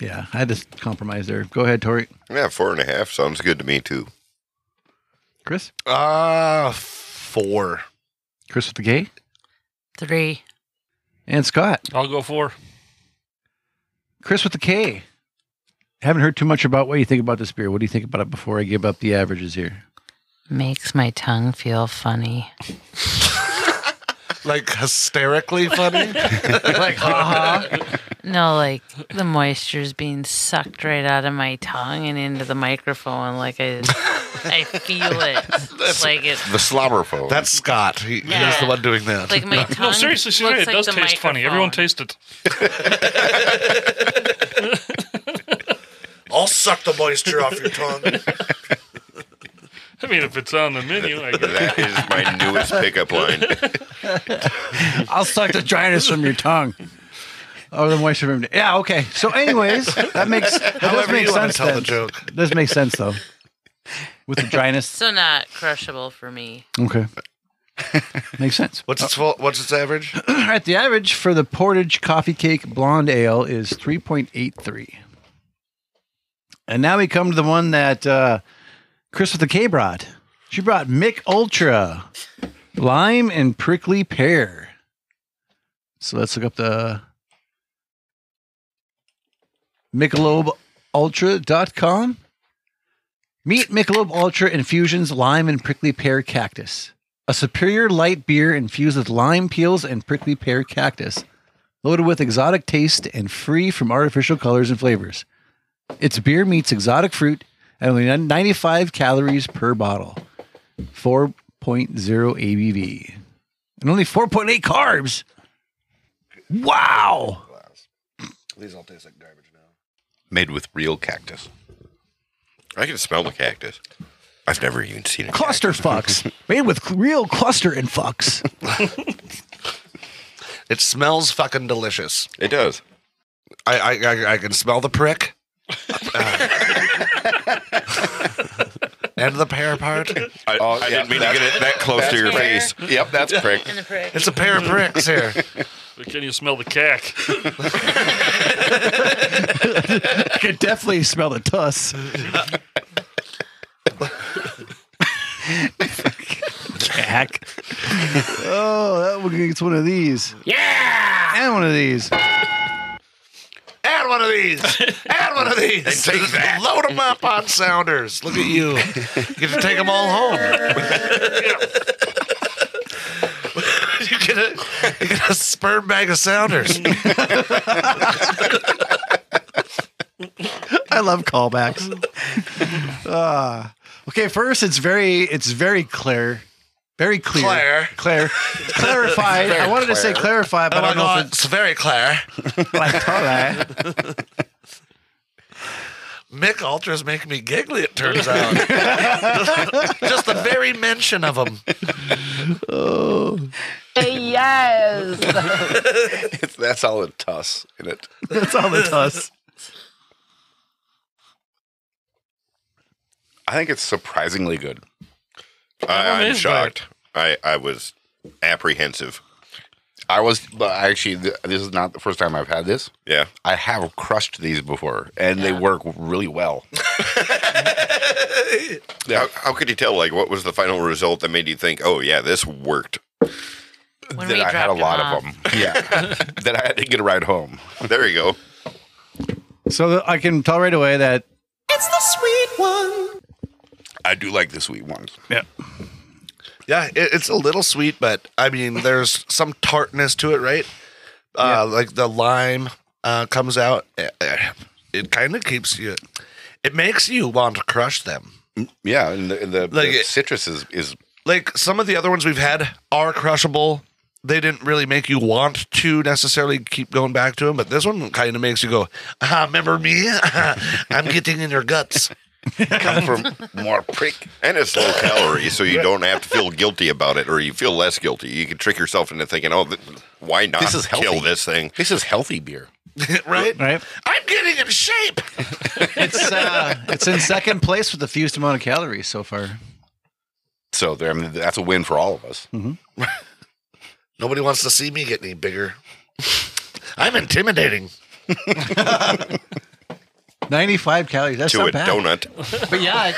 Speaker 1: Yeah, I had to compromise there. Go ahead, Tori.
Speaker 6: Yeah, four and a half sounds good to me too.
Speaker 1: Chris.
Speaker 5: Ah, four.
Speaker 1: Chris with the K.
Speaker 8: Three.
Speaker 1: And Scott.
Speaker 11: I'll go four.
Speaker 1: Chris with the K. Haven't heard too much about what you think about this beer. What do you think about it before I give up the averages here?
Speaker 8: Makes my tongue feel funny.
Speaker 5: Like hysterically funny. like
Speaker 8: ha No, like the moisture's being sucked right out of my tongue and into the microphone. Like
Speaker 10: <laughs>
Speaker 8: I, I feel it. It's like it.
Speaker 10: The slobber
Speaker 5: <laughs>
Speaker 10: phone.
Speaker 5: That's Scott. He, he
Speaker 8: Yeah.
Speaker 5: is the one doing that.
Speaker 8: Like my tongue.
Speaker 11: No, seriously,
Speaker 8: looks
Speaker 11: seriously,
Speaker 8: like
Speaker 11: it does
Speaker 8: the
Speaker 11: taste funny. Everyone taste it.
Speaker 5: I'll suck the moisture off your tongue.
Speaker 11: I mean, if it's on the menu, I
Speaker 6: That
Speaker 11: guess.
Speaker 6: is my newest pickup line.
Speaker 1: I'll suck the dryness from your tongue. Oh, the moisture room. Yeah, okay. So, anyways, that makes that does
Speaker 5: However
Speaker 1: make
Speaker 5: you wanna
Speaker 1: sense.
Speaker 5: tell the
Speaker 1: then.
Speaker 5: joke.
Speaker 1: It does make sense though. With the dryness.
Speaker 8: So not crushable for me.
Speaker 1: <laughs> Okay. Makes sense.
Speaker 5: What's its full, what's its average?
Speaker 1: All right, the average for the Portage Coffee Cake Blonde Ale is 3.83. And now we come to the one that uh, Chris with the K brought. She brought Mick Ultra, Lime and Prickly Pear. So let's look up the MichelobUltra.com. Meet Michelob Ultra Infusions Lime and Prickly Pear Cactus, a superior light beer infused with lime peels and prickly pear cactus, loaded with exotic taste and free from artificial colors and flavors. Its beer meets exotic fruit at only 95 calories per bottle, 4.0 ABV, and only 4.8 carbs. Wow.
Speaker 5: These all taste like garbage.
Speaker 10: Made with real cactus.
Speaker 6: I can smell the cactus. I've never even seen it.
Speaker 1: Cluster fucks made with real cluster and fucks.
Speaker 5: It smells fucking delicious.
Speaker 6: It does.
Speaker 5: I I, I, I can smell the prick. <laughs> and the pear part.
Speaker 6: I,
Speaker 10: Oh,
Speaker 6: I didn't mean to get it that close to your face. Yep, that's <laughs> prick.
Speaker 5: It's a pair of pricks here.
Speaker 11: But can you smell the cack?
Speaker 1: I could definitely smell the tuss. Cack. Oh, that one gets one of these. Yeah. And one of these.
Speaker 5: Add one of these. Add one of these.
Speaker 6: And take that.
Speaker 5: Load them up on sounders. Look at you. Get to take them all home. <laughs> you get a you get a sperm bag of <laughs> sounders.
Speaker 1: I love callbacks. Ah. okay, first it's very it's very clear. Very clear.
Speaker 5: Claire.
Speaker 1: Claire. Clarified. I wanted to say clarified, but
Speaker 5: oh
Speaker 1: I
Speaker 5: my
Speaker 1: don't know
Speaker 5: god,
Speaker 1: if
Speaker 5: it's very clear.
Speaker 1: it's like all right.
Speaker 5: Mick Ultras make me giggly. It turns out, <laughs> just the very mention of them.
Speaker 10: Oh.
Speaker 13: yes.
Speaker 10: it's, that's all the tuss in it.
Speaker 1: That's all the tuss.
Speaker 10: I think it's surprisingly good.
Speaker 6: I, <laughs> I'm
Speaker 10: amazed by
Speaker 6: shocked. I, I was apprehensive.
Speaker 10: I was but actually th- this is not the first time I've had this.
Speaker 6: Yeah.
Speaker 10: I have crushed these before and they work really well.
Speaker 6: How, how could you tell? Like, what was the final result that made you think, "Oh, yeah, this worked"?
Speaker 10: that
Speaker 8: When we
Speaker 10: I had a
Speaker 8: dropped
Speaker 10: lot
Speaker 8: off.
Speaker 10: of them. Yeah. that I had to get a ride home.
Speaker 6: There you go.
Speaker 1: So that I can tell right away that
Speaker 13: It's the sweet one.
Speaker 10: I do like the sweet ones.
Speaker 1: Yeah.
Speaker 5: Yeah, it, it's a little sweet, but I mean, there's some tartness to it, right? Uh, Like the lime uh, comes out. Eh, eh, It kind of keeps you. It makes you want to crush them.
Speaker 10: Yeah, and the, and the,
Speaker 5: Like
Speaker 10: the
Speaker 5: it-
Speaker 10: citrus is, is
Speaker 5: Like some of the other ones we've had are crushable. They didn't really make you want to necessarily keep going back to them, but this one kind of makes you go, ah, "Remember me? <laughs> I'm getting in your guts." <laughs>
Speaker 10: come from more prick.
Speaker 6: And it's low calorie, so you don't have to feel guilty about it, or you feel less guilty. You can trick yourself into thinking, "Oh, th- why not
Speaker 10: This is healthy.
Speaker 6: kill this thing?"
Speaker 10: This is healthy beer.
Speaker 5: right?
Speaker 1: Right.
Speaker 5: I'm getting in shape.
Speaker 1: It's uh it's in second place with the fewest amount of calories so far.
Speaker 10: So there, I mean, that's a win for all of us.
Speaker 5: Nobody wants to see me get any bigger. I'm intimidating.
Speaker 1: 95 calories. That's
Speaker 6: to
Speaker 1: not
Speaker 6: a
Speaker 1: bad.
Speaker 6: donut.
Speaker 1: But yeah.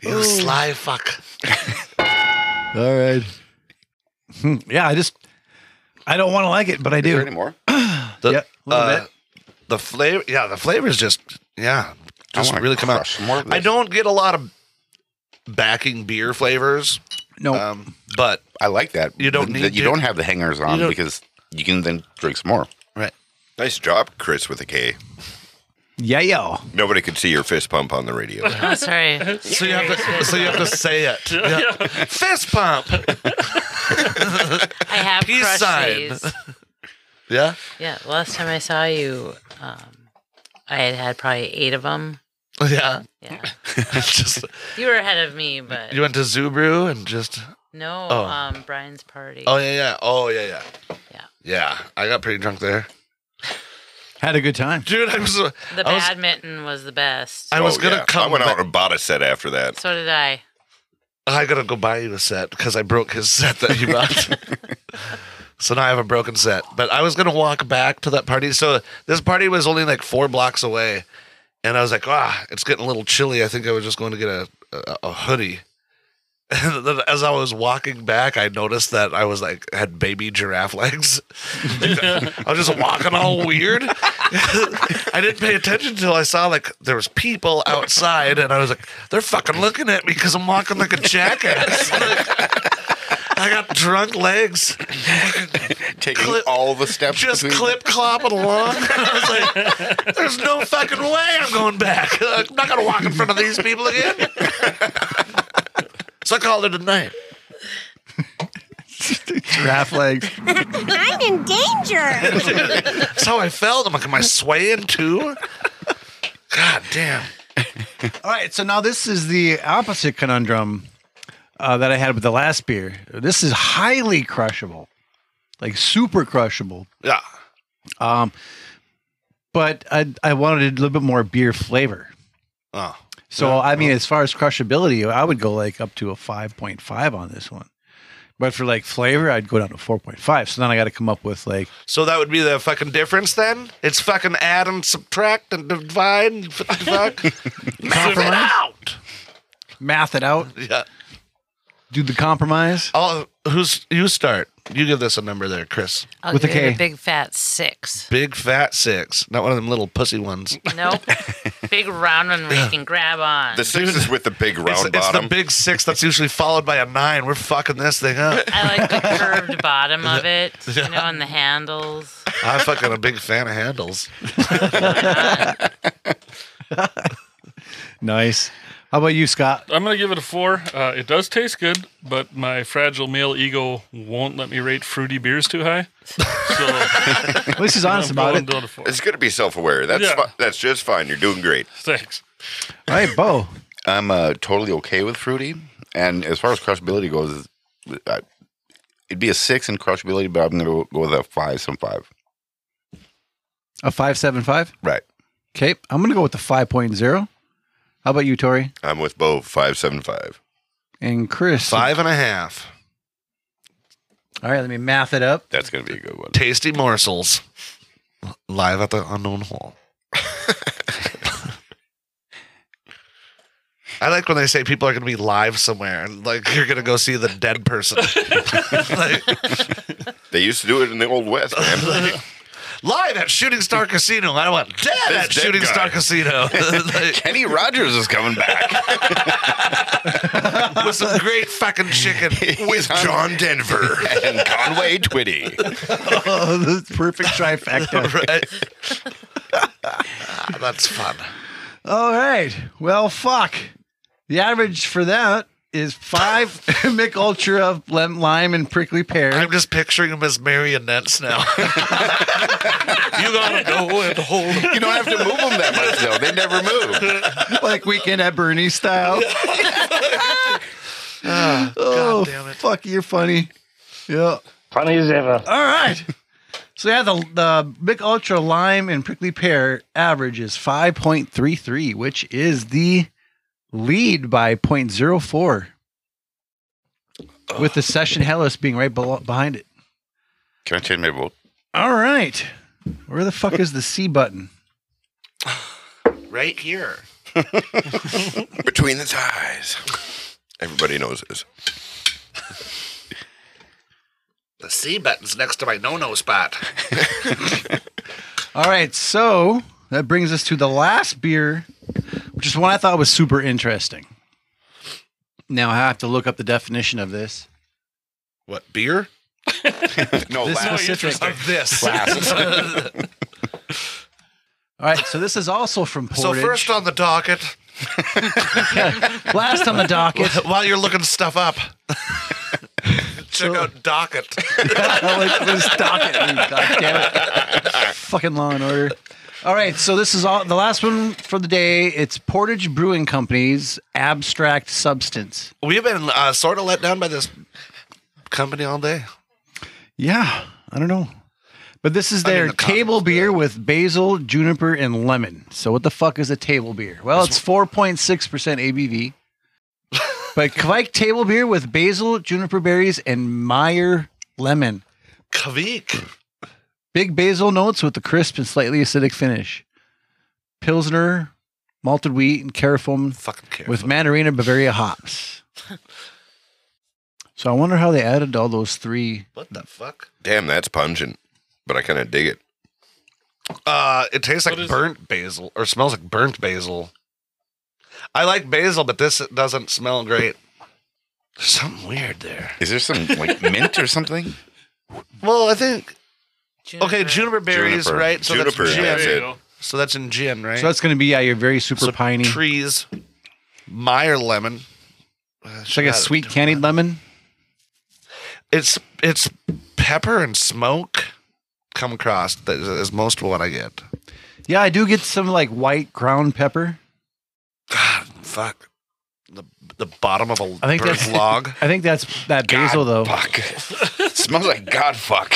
Speaker 5: You sly fuck.
Speaker 1: <laughs> All right. yeah, I just I don't want to like it, but I
Speaker 10: Is
Speaker 1: do.
Speaker 10: there any more?
Speaker 5: The,
Speaker 1: yeah, a little
Speaker 5: uh,
Speaker 1: bit.
Speaker 5: The flavor, yeah, the flavors just, yeah, just
Speaker 10: wanna
Speaker 5: really come out.
Speaker 10: crush some more of
Speaker 5: I
Speaker 10: this.
Speaker 5: don't get a lot of backing beer flavors,
Speaker 1: No.
Speaker 5: um, but
Speaker 10: I like that.
Speaker 5: You don't
Speaker 10: Th-
Speaker 5: need
Speaker 10: that you
Speaker 5: to-
Speaker 10: don't have the hangers on
Speaker 5: don't-
Speaker 10: because you can then drink some more.
Speaker 5: right,
Speaker 6: Nice job, Chris, with a K.
Speaker 1: yeah, yo.
Speaker 6: Nobody could see your fist pump on the radio.
Speaker 8: <laughs> Oh, sorry.
Speaker 5: so you have to, so you have to say it. Yeah. Fist pump.
Speaker 8: I have
Speaker 5: Peace
Speaker 8: crushed
Speaker 5: sign.
Speaker 8: these.
Speaker 5: Yeah,
Speaker 8: Yeah, last time I saw you, um, I had had probably eight of them.
Speaker 5: yeah.
Speaker 8: Yeah,
Speaker 5: <laughs> just
Speaker 8: you were ahead of me, but
Speaker 5: you went to Zubru and just
Speaker 8: No,
Speaker 5: Oh.
Speaker 8: um, Brian's party.
Speaker 5: Oh yeah, yeah. Oh yeah, yeah. Yeah. Yeah. I got pretty drunk there.
Speaker 1: Had a good time,
Speaker 5: dude. I was. The
Speaker 8: The
Speaker 5: I was,
Speaker 8: badminton was the best.
Speaker 5: I was gonna
Speaker 6: Oh,
Speaker 5: come.
Speaker 6: I went
Speaker 5: back-
Speaker 6: out and bought a set after that.
Speaker 8: So did I.
Speaker 5: I gotta go buy you a set because I broke his set that he bought. so now I have a broken set. But I was gonna walk back to that party. So this party was only like four blocks away, and I was like, ah, it's getting a little chilly. I think I was just going to get a a, a hoodie. <laughs> And then as I was walking back, I noticed that I was like had baby giraffe legs. I was just walking all weird. I didn't pay attention until I saw like there was people outside, and I was like, "They're fucking looking at me because I'm walking like a jackass." <laughs> Like, I got drunk legs,
Speaker 10: Taking all the
Speaker 5: <laughs>
Speaker 10: steps.
Speaker 5: just
Speaker 10: between-
Speaker 5: clip clopping along. <laughs> I was like, "There's no fucking way I'm going back. <laughs> I'm not gonna walk in front of these people again." so I called it a night.
Speaker 1: Giraffe <laughs> legs.
Speaker 13: I'm in danger.
Speaker 5: That's how I felt. I'm like, "Am I swaying too?" God damn.
Speaker 1: All right, so now this is the opposite conundrum uh, that I had with the last beer. This is highly crushable, like super crushable.
Speaker 5: Yeah.
Speaker 1: Um, but I I wanted a little bit more beer flavor.
Speaker 5: Oh.
Speaker 1: So I mean, as far as crushability, I would go like up to a five point five on this one. But for like flavor, I'd go down to four point five. So then I got to come up with like
Speaker 5: So that would be the fucking difference then? It's fucking add and subtract and divide and f- <laughs> fuck. Map it out.
Speaker 1: math it out,
Speaker 5: Yeah.
Speaker 1: do the compromise.
Speaker 5: Oh, who's you start? You give this a number there, Chris.
Speaker 8: I'll
Speaker 5: With
Speaker 8: give
Speaker 5: a
Speaker 8: it
Speaker 5: K.
Speaker 8: a big fat six.
Speaker 5: Big fat six, not one of them little pussy ones. <laughs>
Speaker 8: Nope. big round one where you can grab on.
Speaker 5: six is
Speaker 6: with the big round
Speaker 5: it's, it's
Speaker 6: bottom.
Speaker 5: the big six that's usually followed by a nine. We're fucking this thing up. <laughs>
Speaker 8: I like the curved bottom of it, you know, and the handles.
Speaker 5: I'm fucking a big fan
Speaker 6: <laughs>
Speaker 5: of handles.
Speaker 1: Nice. How about you, Scott?
Speaker 11: I'm gonna give it a four. Uh, it does taste good, but my fragile male ego won't let me rate fruity beers too high. So
Speaker 1: At least he's honest
Speaker 11: I'm
Speaker 1: about
Speaker 11: going
Speaker 1: it. <laughs>
Speaker 11: down to four.
Speaker 6: It's good to be self-aware. That's
Speaker 11: Yeah.
Speaker 6: fi- that's just fine. You're doing great.
Speaker 11: Thanks.
Speaker 1: All right, Bo.
Speaker 10: I'm uh, totally okay with fruity, and as far as crushability goes, I, it'd be a six in crushability, but I'm going to go with a five, some five.
Speaker 1: A five seven five.
Speaker 10: Right.
Speaker 1: Okay, I'm gonna go with the five point zero. How about you, Tori
Speaker 6: I'm with Bo five seven five.
Speaker 1: and Chris?
Speaker 5: Five and a half.
Speaker 1: All right, let me math it up.
Speaker 10: That's gonna be a good one.
Speaker 5: Tasty morsels. Live at the unknown hall. I like when they say people are going to be live somewhere, and like you're going to go see the dead
Speaker 6: <laughs>
Speaker 5: person.
Speaker 6: They used to do it in the old west, man.
Speaker 5: live at Shooting Star Casino. I want dead
Speaker 6: This
Speaker 5: at
Speaker 6: dead
Speaker 5: Shooting
Speaker 6: guy.
Speaker 5: Star
Speaker 6: <laughs>
Speaker 5: Casino.
Speaker 10: <laughs> Kenny Rogers is coming back
Speaker 5: with some great
Speaker 6: <laughs>
Speaker 5: fucking chicken
Speaker 6: with John Denver
Speaker 10: and Conway Twitty.
Speaker 1: oh, this perfect <laughs> trifecta.
Speaker 5: <laughs> Right. <laughs> Ah, That's fun.
Speaker 1: All right. Well, fuck. The average for that is <laughs> five Mick Ultra of lem- lime and prickly pear. <laughs>
Speaker 5: I'm just picturing them as
Speaker 6: <laughs>
Speaker 5: marionettes now. <laughs> you gotta go and hold.
Speaker 10: You don't have to move them that much though; they never move.
Speaker 1: like weekend at Bernie <laughs> style. oh, fuck, you're funny. Yeah.
Speaker 14: Funny as ever.
Speaker 1: All right. So yeah, the the Mick Ultra lime and prickly pear average is 5.33, which is the lead by 0.04. With the session Hellas being right belo- behind it.
Speaker 10: Can I change my vote?
Speaker 1: All right. Where the fuck is the C button?
Speaker 5: Right here.
Speaker 6: Between the ties. Everybody knows this.
Speaker 5: The C button's next to my no no spot.
Speaker 1: All right, so that brings us to the last beer, which is one I thought was super interesting. Now I have to look up the definition of this.
Speaker 5: What beer?
Speaker 10: no,
Speaker 1: This last. specific.
Speaker 5: of this.
Speaker 1: Last. All right, so this is also from
Speaker 5: <laughs> so
Speaker 1: Portage.
Speaker 5: first on the docket.
Speaker 1: last on the docket.
Speaker 5: <laughs> While you're looking stuff <laughs> up. Check out docket. <laughs>
Speaker 1: like, what does docket mean? God damn it. Fucking Law and Order. All right, so this is all the last one for the day. It's Portage Brewing Company's Abstract Substance.
Speaker 5: We've been uh, sort of let down by this company all day.
Speaker 1: Yeah, I don't know. But this is
Speaker 5: I mean,
Speaker 1: their
Speaker 5: the top
Speaker 1: table beer with basil, juniper, and lemon. So what the fuck is a table beer? Well, it's 4.6%
Speaker 5: <laughs>
Speaker 1: ABV. but Kvike table beer with basil, juniper berries, and Meyer lemon.
Speaker 5: Kvike.
Speaker 1: Big basil notes with the crisp and slightly acidic finish. Pilsner, malted wheat, and Carafum with Mandarina Bavaria
Speaker 5: <laughs>
Speaker 1: hops. so I wonder how they added all those three.
Speaker 5: What the fuck?
Speaker 6: Damn, that's pungent, but I kind of dig it.
Speaker 5: Uh, it tastes like burnt basil or smells like burnt basil. I like basil, but this doesn't smell great. There's something weird there.
Speaker 10: Is there some like mint or something?
Speaker 5: Well, I think. Okay, juniper berries,
Speaker 10: Juniper.
Speaker 5: right? So
Speaker 10: Juniper,
Speaker 5: that's gin.
Speaker 10: that's There you it.
Speaker 5: So that's in gin, right?
Speaker 1: So that's going to be yeah, your very super piney.
Speaker 5: trees, Meyer lemon. Uh,
Speaker 1: It's like a
Speaker 5: God,
Speaker 1: sweet candied lemon.
Speaker 5: It's it's pepper and smoke come across that is, is most of what I get.
Speaker 1: Yeah, I do get some like white ground pepper.
Speaker 5: Fuck. The the bottom of a
Speaker 1: I think
Speaker 5: burnt
Speaker 1: that's <laughs>
Speaker 5: log.
Speaker 1: I think that's that basil though.
Speaker 10: smells like god fuck.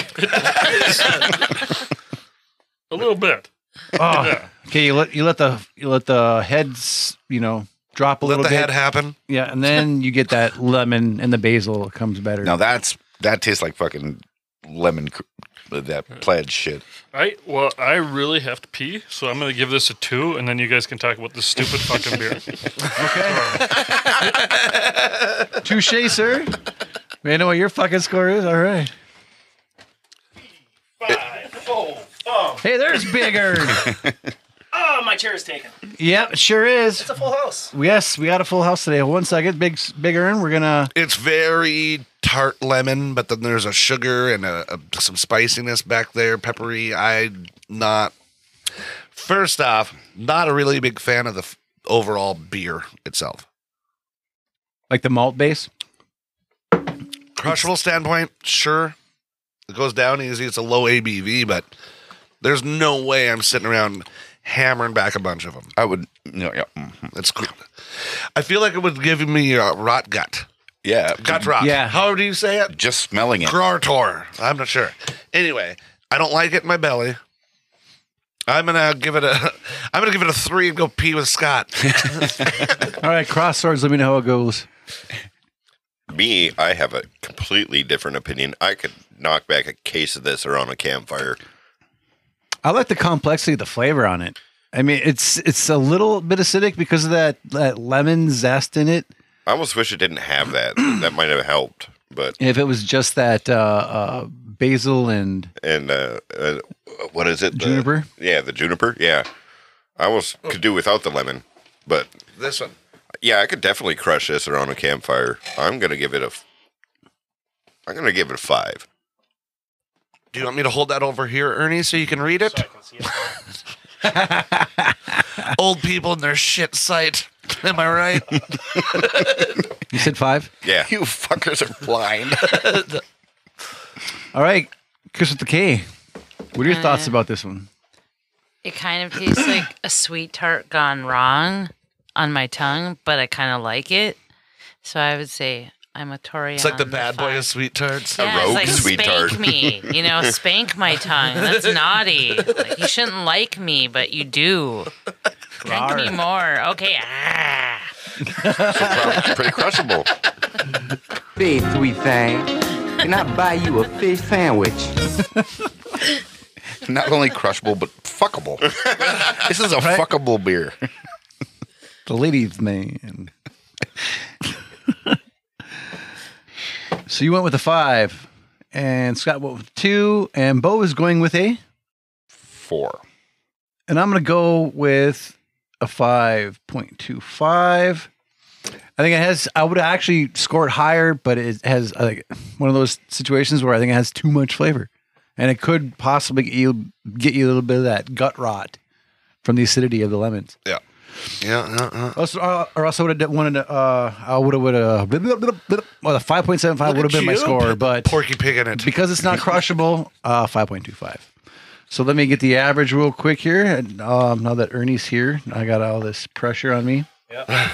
Speaker 11: A little bit.
Speaker 5: <laughs>
Speaker 1: Oh, okay. You let you let the you let the heads you know drop a
Speaker 5: Let
Speaker 1: little
Speaker 5: the
Speaker 1: bit.
Speaker 5: head happen.
Speaker 1: Yeah, and then you get
Speaker 5: <laughs>
Speaker 1: that lemon and the basil comes better.
Speaker 10: Now that's that tastes like fucking lemon cr- that plaid shit.
Speaker 11: I well, I really have to pee, so I'm gonna give this a two, and then you guys can talk about this stupid fucking beer.
Speaker 1: Touche, <laughs> sir. Man, know what your fucking score is. All right. Hey, there's <laughs> bigger.
Speaker 12: <laughs> Oh, my chair is taken.
Speaker 1: yep, it sure is.
Speaker 12: It's a full house.
Speaker 1: Yes, we got a full house today. One second, big big urn. We're gonna.
Speaker 5: It's very tart lemon, but then there's a sugar and a, a- some spiciness back there, peppery. I not. First off, not a really big fan of the f- overall beer itself.
Speaker 1: Like the malt base.
Speaker 5: Crushable standpoint, sure, it goes down easy. It's a low ABV, but there's no way I'm sitting around hammering back a bunch of them.
Speaker 10: I would, no, yeah, mhm.
Speaker 5: It's. cool. I feel like it would give me a rot gut.
Speaker 10: Mm-hmm. yeah,
Speaker 5: Gut rot. How do you say it?
Speaker 10: Just smelling it.
Speaker 5: Grartor. I'm not sure. Anyway, I don't like it in my belly. I'm gonna give it a. <laughs> I'm gonna give it a three and go pee with
Speaker 1: <laughs>
Speaker 5: Scott.
Speaker 1: All right, cross swords. Let me know how it goes.
Speaker 6: Me, I have a completely different opinion. I could knock back a case of this around a campfire.
Speaker 1: I like the complexity of the flavor on it. I mean, it's it's a little bit acidic because of that that lemon zest in it.
Speaker 6: I almost wish it didn't have
Speaker 10: <clears throat>
Speaker 6: that. that might have helped, but
Speaker 1: If it was just that uh, uh, basil and
Speaker 6: and uh, uh what is it? The-
Speaker 1: Juniper?
Speaker 6: yeah, the juniper. Yeah, I almost could do without the lemon, but
Speaker 5: this one.
Speaker 6: yeah, I could definitely crush this around a campfire. I'm gonna give it a. f- I'm gonna give it a five.
Speaker 5: Do you want me to hold that over here, Ernie, so you can read it? <laughs> Old people in their shit sight. Am I right?
Speaker 1: you said five.
Speaker 6: Yeah.
Speaker 10: You fuckers are blind.
Speaker 1: All right, Chris with the K. What are your thoughts about this one?
Speaker 8: It kind
Speaker 5: <clears throat>
Speaker 8: of tastes like a sweet tart gone wrong on my tongue, but I kind of like it. So I would say I'm a Tory.
Speaker 5: It's like the
Speaker 8: on
Speaker 5: bad boy of sweet tarts.
Speaker 8: Yeah, it's like spank me,
Speaker 5: <laughs>
Speaker 8: you know, spank my tongue. That's naughty. Like, you shouldn't like me, but you do. Drink me more. Okay. Ah.
Speaker 6: <laughs> Pretty crushable.
Speaker 9: Faith, sweet thing. Can I buy you a fish sandwich?
Speaker 10: Not only crushable but
Speaker 6: <laughs>
Speaker 10: fuckable. this is a fuckable beer.
Speaker 1: The ladies' <laughs> man. so you went with a five, and Scott went with two, and Bo is going with a.
Speaker 10: Four.
Speaker 1: And I'm going to go with a 5.25. I think it has, I would actually score it higher, but it has uh, like one of those situations where I think it has too much flavor. And it could possibly get you, get you a little bit of that gut rot from the acidity of the lemons.
Speaker 5: Yeah. Yeah. yeah, yeah.
Speaker 1: Also, uh, or else I would have wanted to, uh, I uh, would have, would have, well, the 5.75 would have
Speaker 5: Look at
Speaker 1: been my
Speaker 5: you,
Speaker 1: score,
Speaker 5: put
Speaker 1: but
Speaker 5: Porky Pig in it.
Speaker 1: because it's not crushable, uh, 5.25. So let me get the average real quick here. And um, now that Ernie's here, I got all this pressure on me.
Speaker 14: Yeah,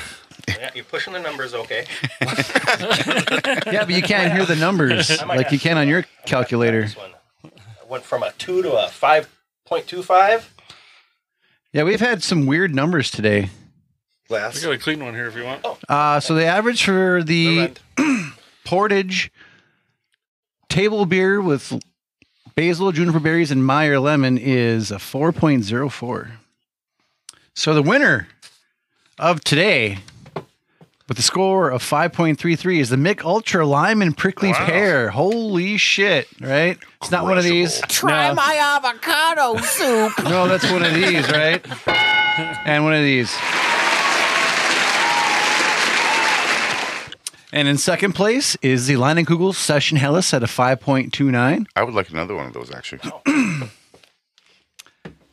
Speaker 14: you're pushing the numbers, okay?
Speaker 1: yeah, but you can't hear the numbers
Speaker 14: <laughs> I might
Speaker 1: like
Speaker 14: have
Speaker 1: you
Speaker 14: to
Speaker 1: can on your calculator.
Speaker 14: I went from a two to a five point two five.
Speaker 1: Yeah, we've had some weird numbers today.
Speaker 11: I got a clean one here if you want.
Speaker 1: Uh, so the average for the <clears throat> Portage table beer with basil, juniper berries, and Meyer lemon is a 4.04. So the winner of today with the score of 5.33 is the Mick Ultra Lime and Prickly Pear. Holy shit, right? It's not one of these. No.
Speaker 15: avocado soup.
Speaker 1: No, that's one of these, right? and one of these. And in second place is the Line and Kugel Session Hellas at a 5.29.
Speaker 10: I would like another one of those actually.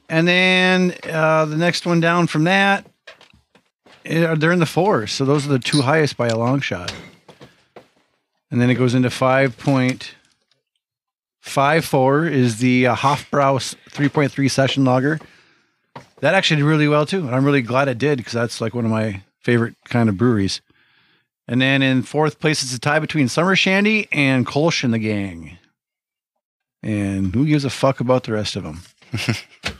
Speaker 1: And then uh, the next one down from that, eh, they're in the fours. So those are the two highest by a long shot. And then it goes into 5.54 is the uh, Hofbrau 3.3 session logger. That actually did really well too. And I'm really glad it did because that's like one of my favorite kind of breweries. And then in fourth place, it's a tie between Summer Shandy and Kolsch and the Gang. And who gives a fuck about the rest of them? All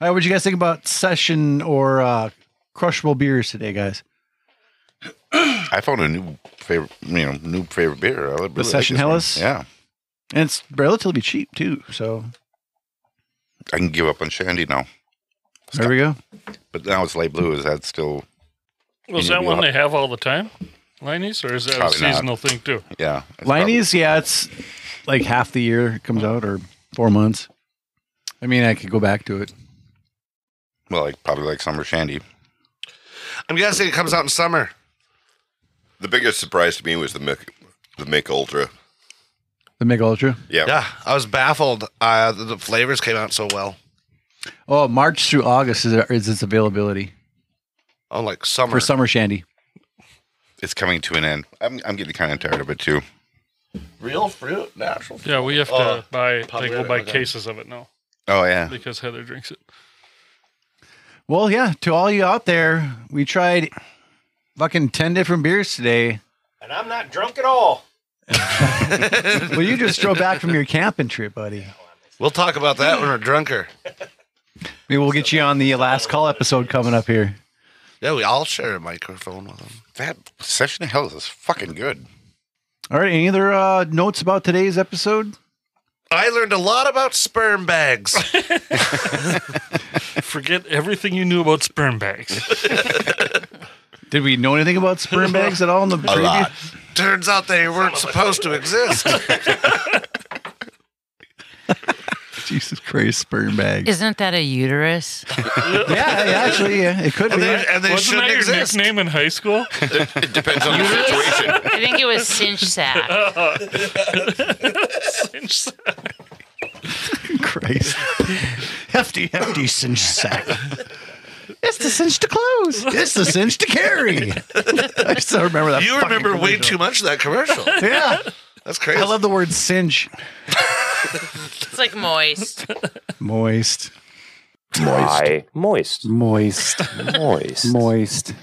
Speaker 1: right, what'd you guys think about session or uh, crushable beers today, guys?
Speaker 10: I found a new favorite, you know, new favorite beer. I really like
Speaker 1: Session
Speaker 10: this one.
Speaker 1: Hellas?
Speaker 10: Yeah,
Speaker 1: And it's relatively cheap too, so
Speaker 10: I can give up on Shandy now,
Speaker 1: there we go.
Speaker 10: but now it's light blue. Is that still?
Speaker 11: Well, is
Speaker 10: You
Speaker 11: that
Speaker 10: need
Speaker 11: one
Speaker 10: to-
Speaker 11: they have all the time? Liney's? Or is that
Speaker 10: Probably
Speaker 11: a
Speaker 10: not.
Speaker 11: seasonal thing too?
Speaker 10: Yeah,
Speaker 1: Liney's, yeah, it's like half the year it comes out or four months. I mean, I could go back to it.
Speaker 10: well, like probably like summer Shandy.
Speaker 5: I'm guessing it comes out in summer.
Speaker 6: The biggest surprise to me was the Mick, the Mick Ultra.
Speaker 1: The Meg Ultra.
Speaker 6: Yeah.
Speaker 5: Yeah, I was baffled. Uh, the, the flavors came out so well.
Speaker 1: Oh, March through August is, is its availability
Speaker 5: Oh, like summer.
Speaker 1: for summer shandy.
Speaker 10: It's coming to an end. I'm, I'm getting kind of tired of it too.
Speaker 5: Real fruit, natural.
Speaker 11: Yeah, we have to
Speaker 5: Oh,
Speaker 11: buy, they
Speaker 5: probably
Speaker 11: go
Speaker 5: right,
Speaker 11: buy
Speaker 5: okay.
Speaker 11: cases of it now
Speaker 10: Oh yeah,
Speaker 11: because Heather drinks it.
Speaker 1: Well, yeah, to all you out there, we tried fucking 10 different beers today.
Speaker 14: And I'm not drunk at all.
Speaker 1: <laughs> well, you just drove back from your camping trip, buddy.
Speaker 5: We'll talk about that when we're drunker.
Speaker 1: Maybe we'll get you on the last call episode coming up here.
Speaker 5: Yeah, we all share a microphone with them.
Speaker 10: That session of hell is fucking good.
Speaker 1: All right, any other uh, notes about today's episode?
Speaker 5: I learned a lot about sperm bags.
Speaker 1: <laughs>
Speaker 11: Forget everything you knew about sperm bags.
Speaker 1: Did we know anything about sperm bags at all in
Speaker 5: <laughs>
Speaker 1: the preview?
Speaker 5: Turns out they weren't supposed to exist.
Speaker 1: <laughs> Jesus Christ, sperm bags.
Speaker 8: Isn't that a uterus?
Speaker 1: yeah, yeah, actually, yeah, it could be.
Speaker 11: Wasn't that your nickname in high school? <laughs>
Speaker 6: it depends on the situation.
Speaker 8: I think
Speaker 5: <laughs>
Speaker 8: it was cinch sack.
Speaker 11: cinch sack.
Speaker 1: <laughs> Christ. hefty, hefty cinch sack. It's the cinch to close. It's the cinch to carry. I still remember that.
Speaker 5: you
Speaker 1: fucking
Speaker 5: remember way
Speaker 1: commercial.
Speaker 5: too much of that commercial.
Speaker 1: <laughs> Yeah.
Speaker 5: That's crazy.
Speaker 1: I love the word cinch.
Speaker 8: It's like moist.
Speaker 1: Moist.
Speaker 14: Moist.
Speaker 1: Moist. Moist. Moist. Moist.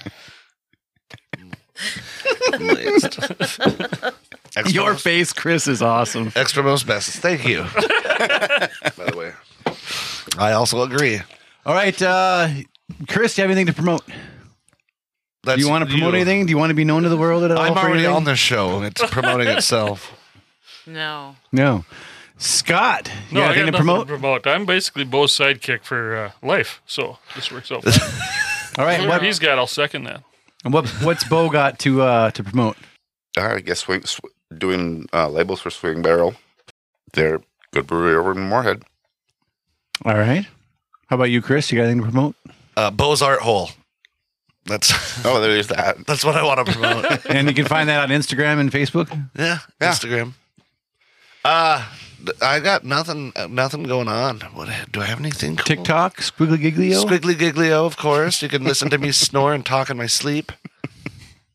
Speaker 5: <laughs>
Speaker 1: Your face, Chris, is awesome.
Speaker 5: Extra most best. Thank
Speaker 1: <laughs>
Speaker 5: you. By the way, I also agree.
Speaker 1: All right, uh, Chris, do you have anything to promote?
Speaker 5: That's
Speaker 1: do you want to promote
Speaker 5: you.
Speaker 1: anything? Do you want to be known to the world at all?
Speaker 5: I'm
Speaker 1: for
Speaker 5: already
Speaker 1: anything? Oh,
Speaker 5: on this show. It's promoting itself.
Speaker 8: No.
Speaker 1: No. Scott, you
Speaker 11: No,
Speaker 1: got
Speaker 11: I
Speaker 1: anything
Speaker 11: got
Speaker 1: to
Speaker 11: nothing
Speaker 1: promote?
Speaker 11: to promote. I'm basically Bo's sidekick for uh, life, so this
Speaker 1: <laughs>
Speaker 11: works out. All
Speaker 1: right, what-
Speaker 11: he's got, I'll second that.
Speaker 1: And what what's Bo got to uh, to promote?
Speaker 10: I guess swing, sw- doing uh, labels for Swing Barrel. They're good brewery over in Moorhead.
Speaker 1: All right. How about you, Chris? You got anything to promote?
Speaker 5: <laughs> Uh, Bo's Art Hole. That's <laughs>
Speaker 10: oh, there's that.
Speaker 5: That's what I want
Speaker 1: <laughs>
Speaker 5: to promote.
Speaker 1: and you can find that on Instagram and Facebook.
Speaker 5: Yeah, Instagram. Uh th- I got nothing, uh, nothing going on. What do I have anything? Cool?
Speaker 1: TikTok, Squiggly Giglio.
Speaker 5: Squiggly Giglio, of course. You can listen to me <laughs> snore and talk in my sleep.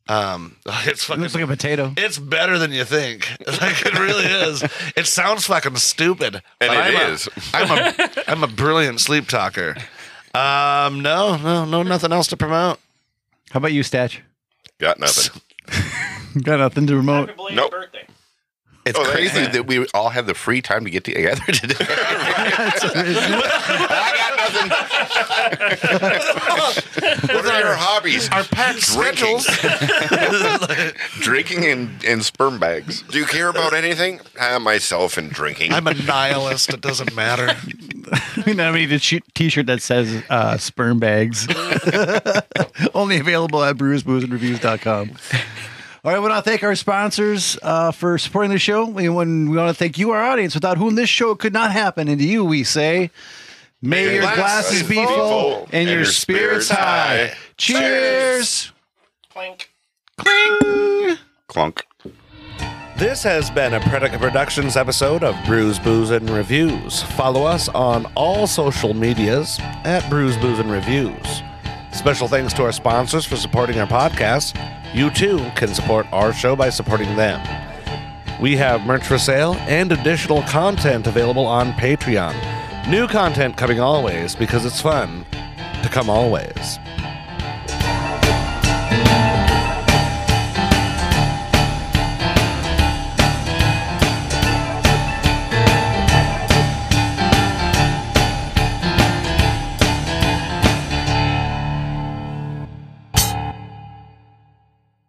Speaker 5: Um, <laughs> it's fucking
Speaker 1: looks like a potato.
Speaker 5: It's better than you think. <laughs> Like it really is. It sounds fucking stupid,
Speaker 6: And it
Speaker 5: but I'm
Speaker 6: is.
Speaker 5: A, I'm a I'm a brilliant sleep talker. Um, no, no, no, nothing else to promote.
Speaker 1: How about you, Statch?
Speaker 6: Got nothing.
Speaker 1: Got nothing to remote.
Speaker 6: Nope.
Speaker 10: It's
Speaker 6: Oh,
Speaker 10: crazy
Speaker 6: yeah.
Speaker 10: that we all had the free time to get together <laughs> today.
Speaker 6: What are your hobbies?
Speaker 10: Our
Speaker 6: packed schedules.
Speaker 1: <laughs>
Speaker 10: Drinking and, and sperm bags.
Speaker 6: Do you care about anything? Ah, myself and drinking.
Speaker 5: I'm a nihilist. It doesn't matter.
Speaker 1: I mean, I need a sh- t-shirt that says uh, sperm bags. <laughs> Only available at brewsboozerreviews.com. All right, we want to thank our sponsors uh, for supporting the show. We want, we want to thank you, our audience, without whom this show could not happen. And to you, we say, may, your glasses, be full and, your spirits high. Cheers.
Speaker 10: Clunk.
Speaker 5: This has been a Predica Productions episode of Brews, Booze, and Reviews. Follow us on all social medias at Brews, Booze, and Reviews. Special thanks to our sponsors for supporting our podcast. You too can support our show by supporting them. We have merch for sale and additional content available on Patreon. New content coming always because it's fun to come always.